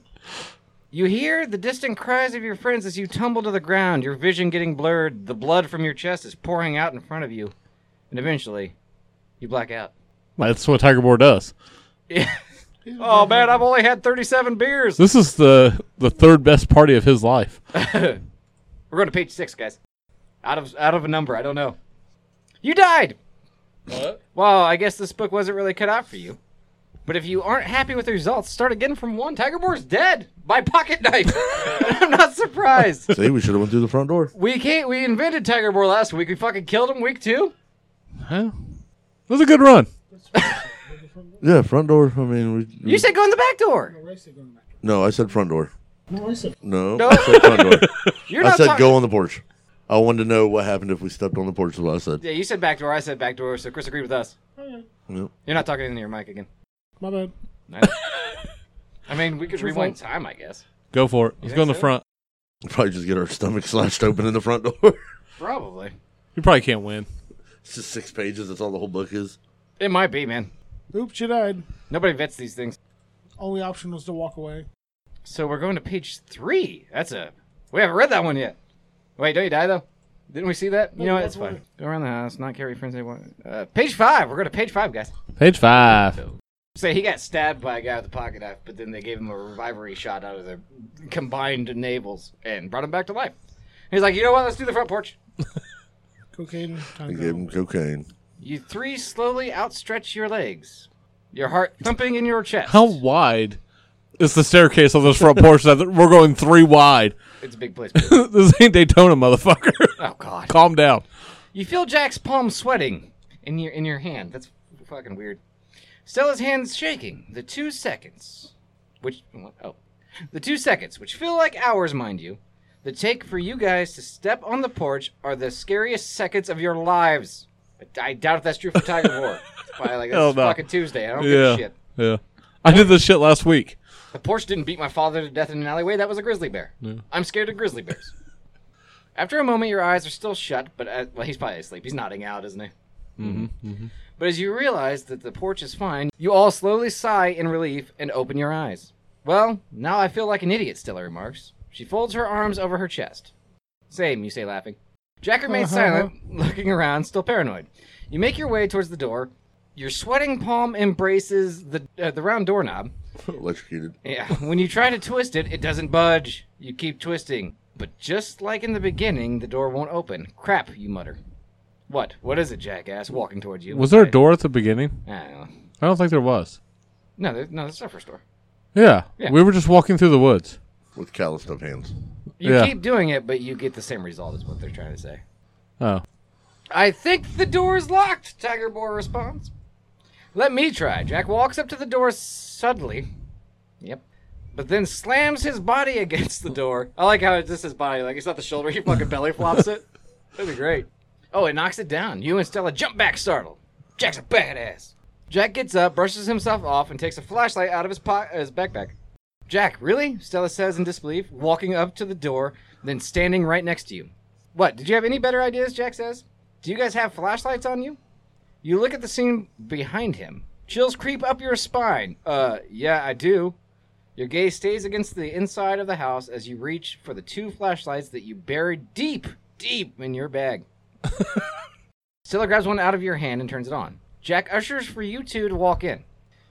Speaker 2: You hear the distant cries of your friends as you tumble to the ground, your vision getting blurred, the blood from your chest is pouring out in front of you, and eventually, you black out.
Speaker 3: That's what Tiger Boar does.
Speaker 2: Oh man, I've only had 37 beers.
Speaker 3: This is the the third best party of his life.
Speaker 2: We're going to page six, guys. Out of out of a number, I don't know. You died.
Speaker 3: What?
Speaker 2: Well, I guess this book wasn't really cut out for you. But if you aren't happy with the results, start again from one. Tiger Boar's dead by pocket knife. I'm not surprised.
Speaker 4: See, we should have went through the front door.
Speaker 2: We can't. We invented Tiger Boar last week. We fucking killed him week two.
Speaker 3: Huh? It was a good run.
Speaker 4: Yeah, front door. I mean, we, we-
Speaker 2: You said go in the back door.
Speaker 4: no. I said front door.
Speaker 5: No, I said
Speaker 4: No,
Speaker 2: No.
Speaker 4: I said front door.
Speaker 2: You're
Speaker 4: I
Speaker 2: not
Speaker 4: said
Speaker 2: talking-
Speaker 4: go on the porch. I wanted to know what happened if we stepped on the porch. Is what I said.
Speaker 2: Yeah, you said back door. I said back door. So Chris agreed with us.
Speaker 4: Yep.
Speaker 2: You're not talking into your mic again.
Speaker 5: my bad.
Speaker 2: I mean, we could rewind time, I guess.
Speaker 3: Go for it. Let's go in the
Speaker 2: so?
Speaker 3: front.
Speaker 4: Probably just get our stomach slashed open in the front door.
Speaker 2: Probably.
Speaker 3: You probably can't win.
Speaker 4: it's just six pages. That's all the whole book is.
Speaker 2: It might be, man.
Speaker 5: Oops, you died.
Speaker 2: Nobody vets these things.
Speaker 5: Only option was to walk away.
Speaker 2: So we're going to page three. That's a. We haven't read that one yet. Wait, don't you die though? Didn't we see that? You know what? It's fine. Go around the house, not carry friends anymore. Uh, page five. We're going to page five, guys.
Speaker 3: Page five.
Speaker 2: Say he got stabbed by a guy with a pocket knife, but then they gave him a revivery shot out of their combined navels and brought him back to life. And he's like, you know what? Let's do the front porch.
Speaker 5: Cocaine. Time
Speaker 4: I
Speaker 5: to
Speaker 4: gave
Speaker 5: go.
Speaker 4: him cocaine.
Speaker 2: You three slowly outstretch your legs, your heart thumping in your chest.
Speaker 3: How wide is the staircase on this front porch? That we're going three wide.
Speaker 2: It's a big place.
Speaker 3: this ain't Daytona, motherfucker.
Speaker 2: oh God!
Speaker 3: Calm down.
Speaker 2: You feel Jack's palm sweating in your in your hand. That's fucking weird. Stella's hands shaking. The two seconds, which oh, the two seconds, which feel like hours, mind you, that take for you guys to step on the porch are the scariest seconds of your lives. But I doubt if that's true for Tiger Moore. Probably like
Speaker 3: Hell
Speaker 2: that's
Speaker 3: no.
Speaker 2: fucking Tuesday. I don't give
Speaker 3: Yeah.
Speaker 2: a shit.
Speaker 3: Yeah. I did this shit last week.
Speaker 2: The Porsche didn't beat my father to death in an alleyway. That was a grizzly bear. I'm scared of grizzly bears. After a moment, your eyes are still shut, but uh well, he's probably asleep. He's nodding out, isn't he? Mm-hmm. But as you realize that the porch is fine, you all slowly sigh in relief and open your eyes. Well, now I feel like an idiot, Stella remarks. She folds her arms over her chest. Same, you say, laughing. Jack remains silent, looking around, still paranoid. You make your way towards the door. Your sweating palm embraces the uh, the round doorknob,
Speaker 4: Electrocuted.
Speaker 2: yeah, when you try to twist it, it doesn't budge. You keep twisting. But just like in the beginning, the door won't open. Crap, you mutter. What? What is it, jackass? Walking towards you.
Speaker 3: Was there a door at the beginning?
Speaker 2: I don't know.
Speaker 3: I don't think there was.
Speaker 2: No, there, no, that's our first door.
Speaker 3: Yeah.
Speaker 2: Yeah.
Speaker 3: We were just walking through the woods.
Speaker 4: with calloused up hands.
Speaker 2: You
Speaker 3: Yeah.
Speaker 2: keep doing it, but you get the same result, is what they're trying to say.
Speaker 3: Oh.
Speaker 2: I think the door is locked, Tiger Boar responds. Let me try. Jack walks up to the door suddenly. Yep. But then slams his body against the door. I like how it's just his body. Like, it's not the shoulder. He fucking belly flops it. That'd be great. Oh, it knocks it down. You and Stella jump back, startled. Jack's a badass. Jack gets up, brushes himself off, and takes a flashlight out of his, po- his backpack. Jack, really? Stella says in disbelief, walking up to the door, then standing right next to you. What? Did you have any better ideas? Jack says. Do you guys have flashlights on you? You look at the scene behind him. Chills creep up your spine. Uh, yeah, I do. Your gaze stays against the inside of the house as you reach for the two flashlights that you buried deep, deep in your bag. Stella grabs one out of your hand and turns it on. Jack ushers for you two to walk in.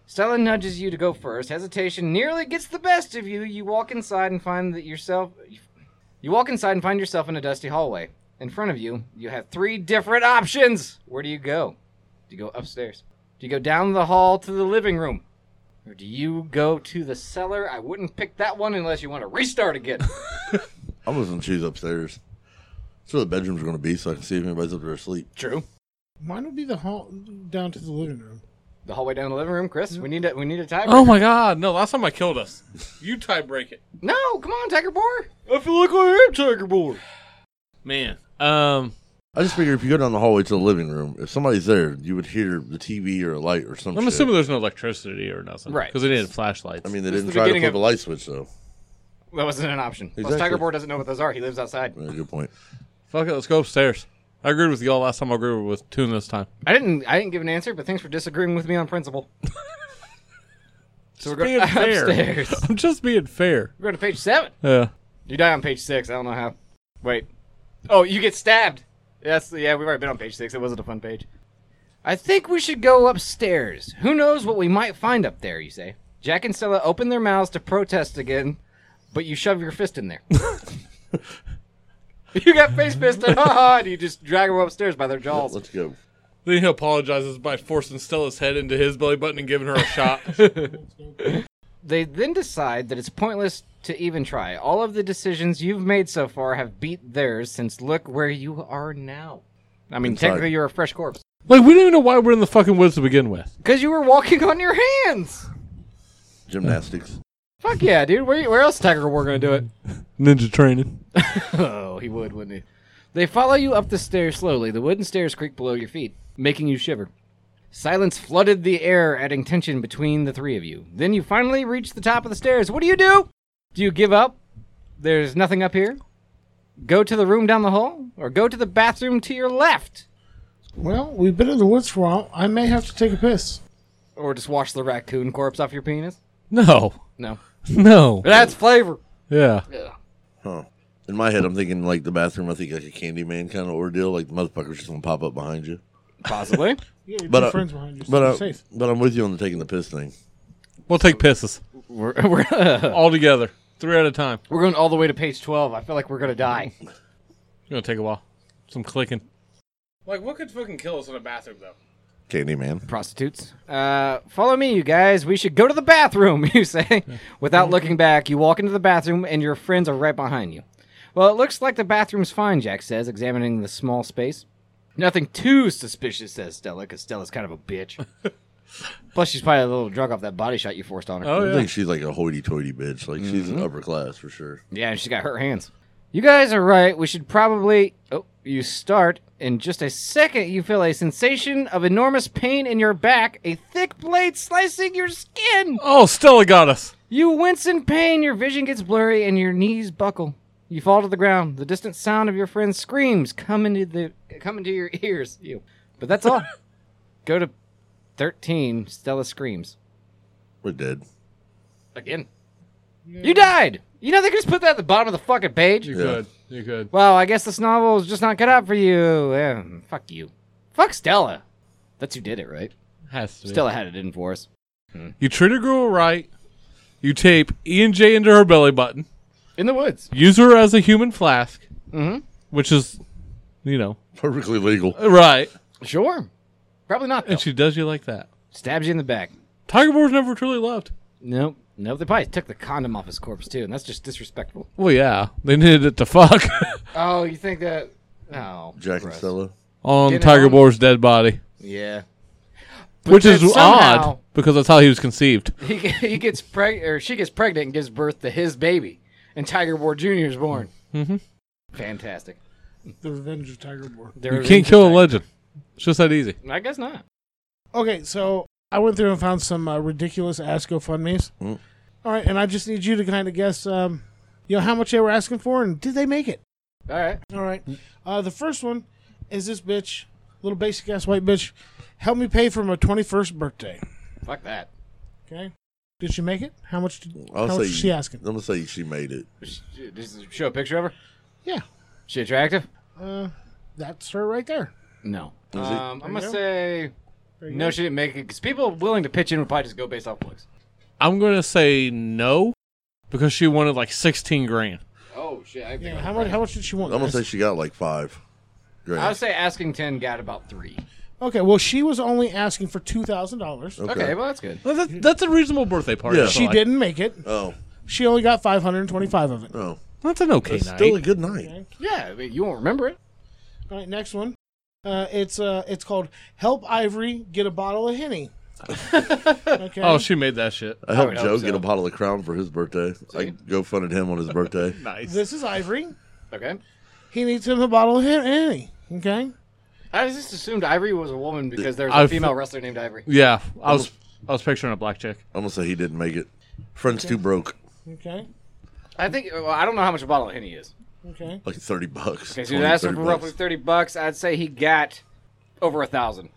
Speaker 2: Stella nudges you to go first. Hesitation nearly gets the best of you. You walk inside and find that yourself. You walk inside and find yourself in a dusty hallway. In front of you, you have three different options. Where do you go? Do you go upstairs? Do you go down the hall to the living room? Or do you go to the cellar? I wouldn't pick that one unless you want to restart again.
Speaker 4: I was gonna choose upstairs. That's where the bedrooms are gonna be, so I can see if anybody's up there asleep.
Speaker 2: True.
Speaker 5: Mine would be the hall down to the living room.
Speaker 2: The hallway down to the living room, Chris. We need a we need a tiebreaker.
Speaker 3: Oh my god. No, last time I killed us. You tie break it.
Speaker 2: No, come on, Tiger Boar. I feel like I am Tiger Boar.
Speaker 3: Man. Um
Speaker 4: I just figure if you go down the hallway to the living room, if somebody's there, you would hear the TV or a light or some.
Speaker 3: I'm
Speaker 4: shit.
Speaker 3: assuming there's no electricity or nothing.
Speaker 2: Right.
Speaker 3: Because they needed flashlights.
Speaker 4: I mean, they
Speaker 2: This is
Speaker 4: didn't
Speaker 2: the
Speaker 4: try to
Speaker 2: beginning
Speaker 4: flip
Speaker 2: of-
Speaker 4: a light switch though.
Speaker 2: That wasn't an option. Plus,
Speaker 4: Exactly.
Speaker 2: Tiger Boar doesn't know what those are. He lives outside.
Speaker 4: Yeah, good point.
Speaker 3: Fuck it, let's go upstairs. I agreed with y'all last time I agreed with Tune this time.
Speaker 2: I didn't I didn't give an answer, but thanks for disagreeing with me on principle. so we're
Speaker 3: Just
Speaker 2: going upstairs.
Speaker 3: I'm just being fair.
Speaker 2: We're going to page seven.
Speaker 3: Yeah.
Speaker 2: You die on page six. I don't know how. Wait. Oh, you get stabbed. Yes. Yeah, we've already been on page six. It wasn't a fun page. I think we should go upstairs. Who knows what we might find up there? You say. Jack and Stella open their mouths to protest again, but you shove your fist in there. you got face fisted, ha ha, and you just drag them upstairs by their jaws.
Speaker 4: Let's go.
Speaker 3: Then he apologizes by forcing Stella's head into his belly button and giving her a shot.
Speaker 2: They then decide that it's pointless to even try. All of the decisions you've made so far have beat theirs since look where you are now. I mean,
Speaker 4: Inside.
Speaker 2: technically, you're a fresh corpse.
Speaker 3: like, we don't even know why we're in the fucking woods to begin with.
Speaker 2: Because you were walking on your hands!
Speaker 4: Gymnastics.
Speaker 2: Fuck yeah, dude. Where, where else is Tiger War gonna do it?
Speaker 3: Ninja training.
Speaker 2: Oh, he would, wouldn't he? They follow you up the stairs slowly. The wooden stairs creak below your feet, making you shiver. Silence flooded the air, adding tension between the three of you. Then you finally reach the top of the stairs. What do you do? Do you give up? There's nothing up here? Go to the room down the hall? Or go to the bathroom to your left?
Speaker 5: Well, we've been in the woods for a while. I may have to take a piss.
Speaker 2: Or just wash the raccoon corpse off your penis?
Speaker 3: No.
Speaker 2: No.
Speaker 3: No.
Speaker 2: That's flavor.
Speaker 3: Yeah.
Speaker 4: Huh. In my head, I'm thinking like the bathroom. I think like a Candyman kind of ordeal. Like the motherfucker's just gonna pop up behind you.
Speaker 2: Possibly.
Speaker 5: Yeah, your
Speaker 4: But,
Speaker 5: two
Speaker 4: uh,
Speaker 5: friends behind you. so
Speaker 4: But
Speaker 5: you're
Speaker 4: I'm,
Speaker 5: safe.
Speaker 4: but I'm with you on the taking the piss thing.
Speaker 3: We'll take pisses.
Speaker 2: we're, we're,
Speaker 3: All together. Three at a time.
Speaker 2: we're going all the way to page 12. I feel like we're going to die.
Speaker 3: It's gonna take a while. Some clicking. Like, what could fucking kill us in a bathroom, though?
Speaker 4: Candyman.
Speaker 2: prostitutes. Uh, follow me, you guys. We should go to the bathroom, you say. Without looking back, you walk into the bathroom and your friends are right behind you. Well, it looks like the bathroom's fine, Jack says, examining the small space. Nothing too suspicious, says Stella, because Stella's kind of a bitch. Plus, she's probably a little drunk off that body shot you forced on her.
Speaker 3: Oh
Speaker 4: I
Speaker 3: yeah.
Speaker 4: think she's like a hoity-toity bitch. Like she's
Speaker 2: Mm-hmm.
Speaker 4: an upper class for sure.
Speaker 2: Yeah, and she's got her hands. You guys are right. We should probably. Oh, you start. In just a second, you feel a sensation of enormous pain in your back, a thick blade slicing your skin.
Speaker 3: Oh, Stella got us.
Speaker 2: You wince in pain, your vision gets blurry, and your knees buckle. You fall to the ground. The distant sound of your friend's screams come into the come into your ears. You, but that's all. Go to thirteen. Stella screams
Speaker 4: We're dead.
Speaker 2: again. You died. You know they could just put that at the bottom of the fucking page.
Speaker 4: Yeah.
Speaker 3: Good. You could.
Speaker 2: Well, I guess this novel is just not cut out for you. Eh, fuck you. Fuck Stella. That's who did it, right?
Speaker 3: Has to be.
Speaker 2: Stella had it in for us.
Speaker 3: You treat a girl right. You tape E and J into her belly button.
Speaker 2: In the woods.
Speaker 3: Use her as a human flask,
Speaker 2: Mm-hmm.
Speaker 3: which is, you know,
Speaker 4: Perfectly legal.
Speaker 3: right.
Speaker 2: Sure. Probably not. Though.
Speaker 3: And she does you like that.
Speaker 2: Stabs you in the back.
Speaker 3: Tiger Boar's never truly loved.
Speaker 2: Nope. Nope. They probably took the condom off his corpse too, and that's just disrespectful.
Speaker 3: Well, yeah, they needed it to fuck
Speaker 2: Oh, you think that? Oh,
Speaker 4: Jack and Stella.
Speaker 3: on
Speaker 2: Get it
Speaker 3: Tiger
Speaker 2: on.
Speaker 3: Boar's dead body,
Speaker 2: Yeah.
Speaker 3: which
Speaker 2: then somehow-
Speaker 3: is odd because that's how he was conceived.
Speaker 2: He, ge- he gets preg- or she gets pregnant and gives birth to his baby, and Tiger Ward Jr. is born.
Speaker 3: Mhm.
Speaker 2: Fantastic.
Speaker 5: The Revenge of Tiger Boy.
Speaker 2: Mm-hmm. There
Speaker 3: You
Speaker 2: is
Speaker 3: can't kill a
Speaker 2: interesting-
Speaker 3: legend. It's just that easy.
Speaker 2: I guess not.
Speaker 5: Okay, so I went through and found some uh, ridiculous Ask GoFundMe's.
Speaker 4: Mm.
Speaker 5: All right, and I just need you to kind of guess, um, you know, how much they were asking for and did they make it?
Speaker 2: All right.
Speaker 5: All right. Uh, the first one is this bitch, little basic ass white bitch, help me pay for my 21st birthday.
Speaker 2: Fuck that.
Speaker 5: Okay. Did she make it? How much did
Speaker 4: I'll
Speaker 5: how
Speaker 4: say
Speaker 5: much was she asking?
Speaker 4: I'm gonna say she made it.
Speaker 2: Sh- Just show a picture of her.
Speaker 5: Yeah.
Speaker 2: She attractive?
Speaker 5: Uh, that's her right there.
Speaker 2: No.
Speaker 4: it?
Speaker 2: Um, I'm
Speaker 5: There you
Speaker 2: gonna
Speaker 5: go.
Speaker 2: say
Speaker 5: There you
Speaker 2: no.
Speaker 5: go.
Speaker 2: She didn't make it because people willing to pitch in would probably just go based off looks.
Speaker 3: I'm gonna say no because she wanted like 16 grand.
Speaker 2: Oh shit! I
Speaker 5: Yeah, how much how much did she
Speaker 4: I'm
Speaker 5: want?
Speaker 4: gonna
Speaker 5: guys?
Speaker 4: say she got like five. Great.
Speaker 2: I would say asking ten got about three.
Speaker 5: okay, well she was only asking for $2,000.
Speaker 4: Okay.
Speaker 2: Okay, well that's good.
Speaker 3: Well, that, that's a reasonable birthday party.
Speaker 4: Yeah.
Speaker 3: I feel
Speaker 5: She
Speaker 3: like.
Speaker 5: didn't make it.
Speaker 4: Oh,
Speaker 5: She only got 525 of it.
Speaker 4: oh,
Speaker 3: That's an okay
Speaker 4: it's
Speaker 3: night.
Speaker 4: still a good night.
Speaker 5: Okay.
Speaker 2: Yeah, I mean, you won't remember it.
Speaker 5: All right, next one. Uh, it's uh, it's called "Help Ivory Get a Bottle of Henny." okay.
Speaker 3: oh, she made that shit.
Speaker 4: I helped
Speaker 2: would hope
Speaker 4: Joe get
Speaker 2: so.
Speaker 4: a bottle of Crown for his birthday. I go funded him on his birthday.
Speaker 3: Nice.
Speaker 5: this is Ivory.
Speaker 2: Okay.
Speaker 5: He needs him a bottle of Hen- Henny. Okay.
Speaker 2: I just assumed Ivory was a woman because there's a
Speaker 3: I've-
Speaker 2: female wrestler named Ivory.
Speaker 3: yeah, I was I was picturing a black chick.
Speaker 4: I'm gonna say he didn't make it. Friends too broke.
Speaker 5: Okay.
Speaker 2: I think. Well, I don't know how much a bottle of henny is.
Speaker 5: Okay.
Speaker 4: Like thirty bucks.
Speaker 2: Okay, so
Speaker 4: 20,
Speaker 2: that's for
Speaker 4: 30
Speaker 2: roughly
Speaker 4: bucks.
Speaker 2: thirty bucks. I'd say he got over a thousand.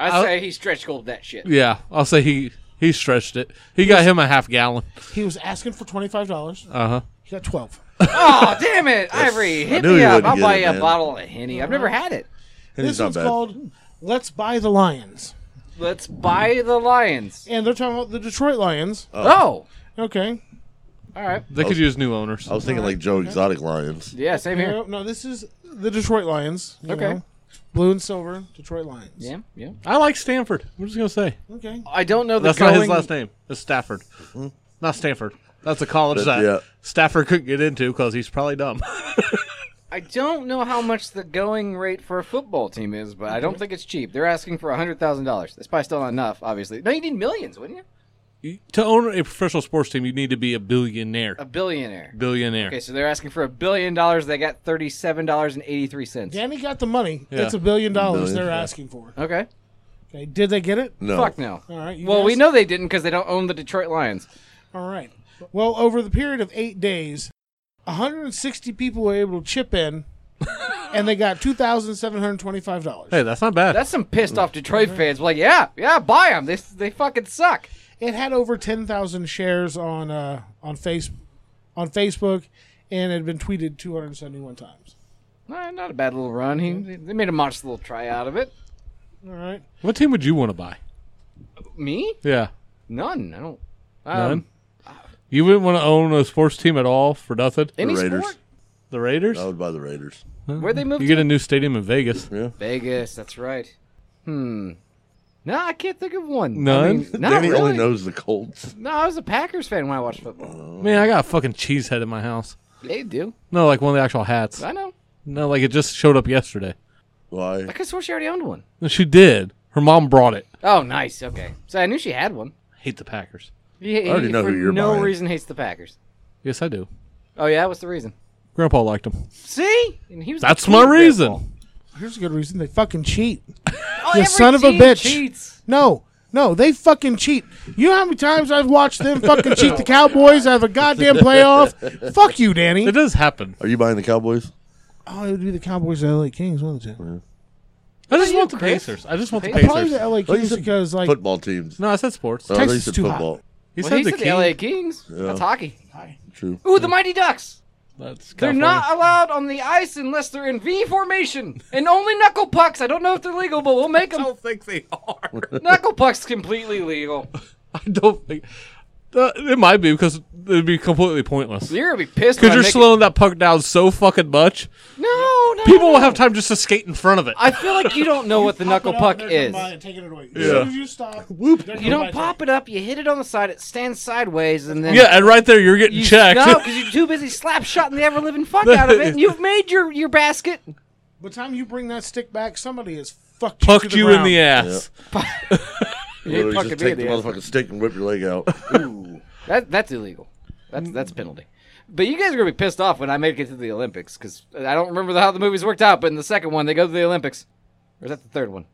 Speaker 2: I'd
Speaker 3: I'll-
Speaker 2: say he stretch gold that shit.
Speaker 3: Yeah, I'll say he he stretched it. He got him a half gallon.
Speaker 5: He was asking for twenty five dollars.
Speaker 3: Uh huh.
Speaker 5: He got twelve.
Speaker 2: oh damn it, Ivory! Hit
Speaker 4: knew
Speaker 2: me
Speaker 4: you
Speaker 2: up.
Speaker 4: wouldn't
Speaker 2: I'll
Speaker 4: get
Speaker 2: buy
Speaker 4: it,
Speaker 2: you a
Speaker 4: man.
Speaker 2: bottle of henny. I've never had it.
Speaker 4: And it's
Speaker 5: this
Speaker 4: not
Speaker 5: one's
Speaker 4: bad.
Speaker 5: called "Let's Buy the Lions."
Speaker 2: Let's buy the Lions.
Speaker 5: And they're talking about the Detroit Lions.
Speaker 4: Uh.
Speaker 2: Oh,
Speaker 5: Okay.
Speaker 2: all right.
Speaker 3: They could use new owners.
Speaker 4: I was thinking like Joe Exotic Lions.
Speaker 2: Yeah, same here.
Speaker 5: No, no, this is the Detroit Lions. you
Speaker 2: Okay.
Speaker 5: know. Blue and silver, Detroit Lions.
Speaker 2: Yeah, yeah.
Speaker 3: I like Stanford. I'm just gonna say
Speaker 5: Okay.
Speaker 2: I don't know the
Speaker 3: that's
Speaker 2: going...
Speaker 3: not his last name. It's Stafford, not Stanford. That's a college
Speaker 4: That-
Speaker 3: that
Speaker 4: yeah.
Speaker 3: Stafford couldn't get into because he's probably dumb.
Speaker 2: I don't know how much the going rate for a football team is, but I don't think it's cheap. They're asking for hundred thousand dollars. That's probably still not enough, obviously. No, you need millions, wouldn't you?
Speaker 3: You- to own a professional sports team, you need to be a billionaire.
Speaker 2: A billionaire.
Speaker 3: billionaire.
Speaker 2: Okay, so they're asking for a billion dollars. They got thirty-seven dollars and eighty-three cents.
Speaker 5: Danny got the money.
Speaker 3: Yeah.
Speaker 5: That's a billion dollars
Speaker 4: Billion,
Speaker 5: they're
Speaker 4: yeah.
Speaker 5: asking for.
Speaker 2: Okay.
Speaker 5: Okay. Did they get it?
Speaker 4: No.
Speaker 2: Fuck no.
Speaker 5: All right. you
Speaker 2: Well, we
Speaker 5: guys-
Speaker 2: know they didn't because they don't own the Detroit Lions.
Speaker 5: All right. Well, over the period of eight days, 160 people were able to chip in, and they got two thousand seven hundred twenty-five dollars.
Speaker 3: Hey, that's not bad.
Speaker 2: That's some pissed off Detroit fans. Like, yeah, yeah, buy them. They they fucking suck.
Speaker 5: It had over 10,000 shares on uh, on face on Facebook, and it had been tweeted 271 times.
Speaker 2: Nah, not a bad little run. He, they made a modest little try out of it.
Speaker 5: All right.
Speaker 3: what team would you want to buy?
Speaker 2: Me?
Speaker 3: Yeah,
Speaker 2: None. I don't. Um,
Speaker 3: none. you wouldn't want to own a sports team at all for nothing.
Speaker 2: Any
Speaker 4: The Raiders.
Speaker 2: sport?
Speaker 3: The Raiders.
Speaker 4: I would buy the Raiders.
Speaker 2: Where they moved
Speaker 3: You
Speaker 2: to?
Speaker 3: get a new stadium in Vegas.
Speaker 4: Yeah.
Speaker 2: Vegas. That's right. Hmm. No, I can't think of one. I
Speaker 3: None?
Speaker 2: mean, not
Speaker 4: Danny
Speaker 2: really.
Speaker 4: only knows the Colts.
Speaker 2: No, I was a Packers fan when I watched football.
Speaker 3: Man, I got a fucking cheese head in my house.
Speaker 2: They do.
Speaker 3: No, like one of the actual hats.
Speaker 2: I know.
Speaker 3: No, like it just showed up yesterday.
Speaker 4: Why?
Speaker 2: I could swear she already owned one.
Speaker 3: No, She did. Her mom brought it.
Speaker 2: Oh, nice. Okay. So I knew she had one.
Speaker 3: Hate the Packers.
Speaker 2: He, I
Speaker 4: already know
Speaker 2: for
Speaker 4: who you're
Speaker 2: no
Speaker 4: buying.
Speaker 2: reason hates the Packers.
Speaker 3: Yes, I do.
Speaker 2: Oh yeah, what's the reason?
Speaker 3: Grandpa liked them.
Speaker 2: See, and he was the
Speaker 3: That's
Speaker 2: king
Speaker 3: my
Speaker 2: of
Speaker 3: reason.
Speaker 5: Here's a good reason they fucking cheat.
Speaker 2: baseball. Oh,
Speaker 5: You
Speaker 2: every
Speaker 5: son of a
Speaker 2: team
Speaker 5: bitch.
Speaker 2: Cheats.
Speaker 5: No, no, they fucking cheat. You know how many times I've watched them fucking cheat the Cowboys out of a goddamn playoff? Fuck you, Danny.
Speaker 3: It does happen.
Speaker 4: Are you buying the Cowboys?
Speaker 5: Oh, it would be the Cowboys and LA Kings, wouldn't it?
Speaker 3: I just
Speaker 2: you,
Speaker 3: want the
Speaker 2: Chris?
Speaker 3: Pacers. I just want the
Speaker 2: Pacers?
Speaker 5: Probably
Speaker 3: Pacers.
Speaker 5: the LA
Speaker 4: Well, you
Speaker 5: Kings
Speaker 4: said
Speaker 5: because, like,
Speaker 4: Football teams.
Speaker 3: No, I said sports.
Speaker 4: Oh, they
Speaker 5: Texas
Speaker 4: said
Speaker 5: is too hot.
Speaker 4: football.
Speaker 3: He
Speaker 2: Well,
Speaker 3: said
Speaker 2: he
Speaker 3: the
Speaker 2: said the
Speaker 3: King.
Speaker 2: LA Kings. That's hockey.
Speaker 4: True.
Speaker 2: Ooh, the Mighty Ducks.
Speaker 3: That's
Speaker 2: They're
Speaker 3: California.
Speaker 2: not allowed on the ice unless they're in V formation and only knuckle pucks. I don't know if they're legal, but we'll make
Speaker 3: I
Speaker 2: them.
Speaker 3: don't think they are.
Speaker 2: Knuckle pucks completely legal.
Speaker 3: I don't think. Uh, it might be because it'd be completely pointless.
Speaker 2: You're gonna be pissed. when
Speaker 3: Because
Speaker 2: I
Speaker 3: you're
Speaker 2: make it-
Speaker 3: slowing that puck down so fucking much,
Speaker 2: No, no.
Speaker 3: people
Speaker 2: no.
Speaker 3: will have time just to skate in front of it.
Speaker 2: I feel like you don't know what the knuckle puck is.
Speaker 5: Taking it away.
Speaker 3: Yeah. soon as
Speaker 5: you stop,
Speaker 2: You don't pop it up. You hit it on the side. It stands sideways, and then
Speaker 3: yeah, and right there you're getting
Speaker 2: You,
Speaker 3: checked.
Speaker 2: No, because you're too busy slap shotting the ever living fuck out of it, and you've made your, your basket.
Speaker 5: By the time you bring that stick back, somebody has fucked you,
Speaker 3: Pucked you in the
Speaker 5: ass.
Speaker 3: ass.
Speaker 4: Literally
Speaker 2: fucking
Speaker 4: just
Speaker 2: me
Speaker 4: take
Speaker 2: in
Speaker 4: the
Speaker 2: the ass.
Speaker 4: motherfucking stick and whip your leg out.
Speaker 2: That that's illegal. That's that's penalty. But you guys are gonna be pissed off when I make it to the Olympics because I don't remember how the movies worked out. But in the second one, they go to the Olympics. Or is that the third one?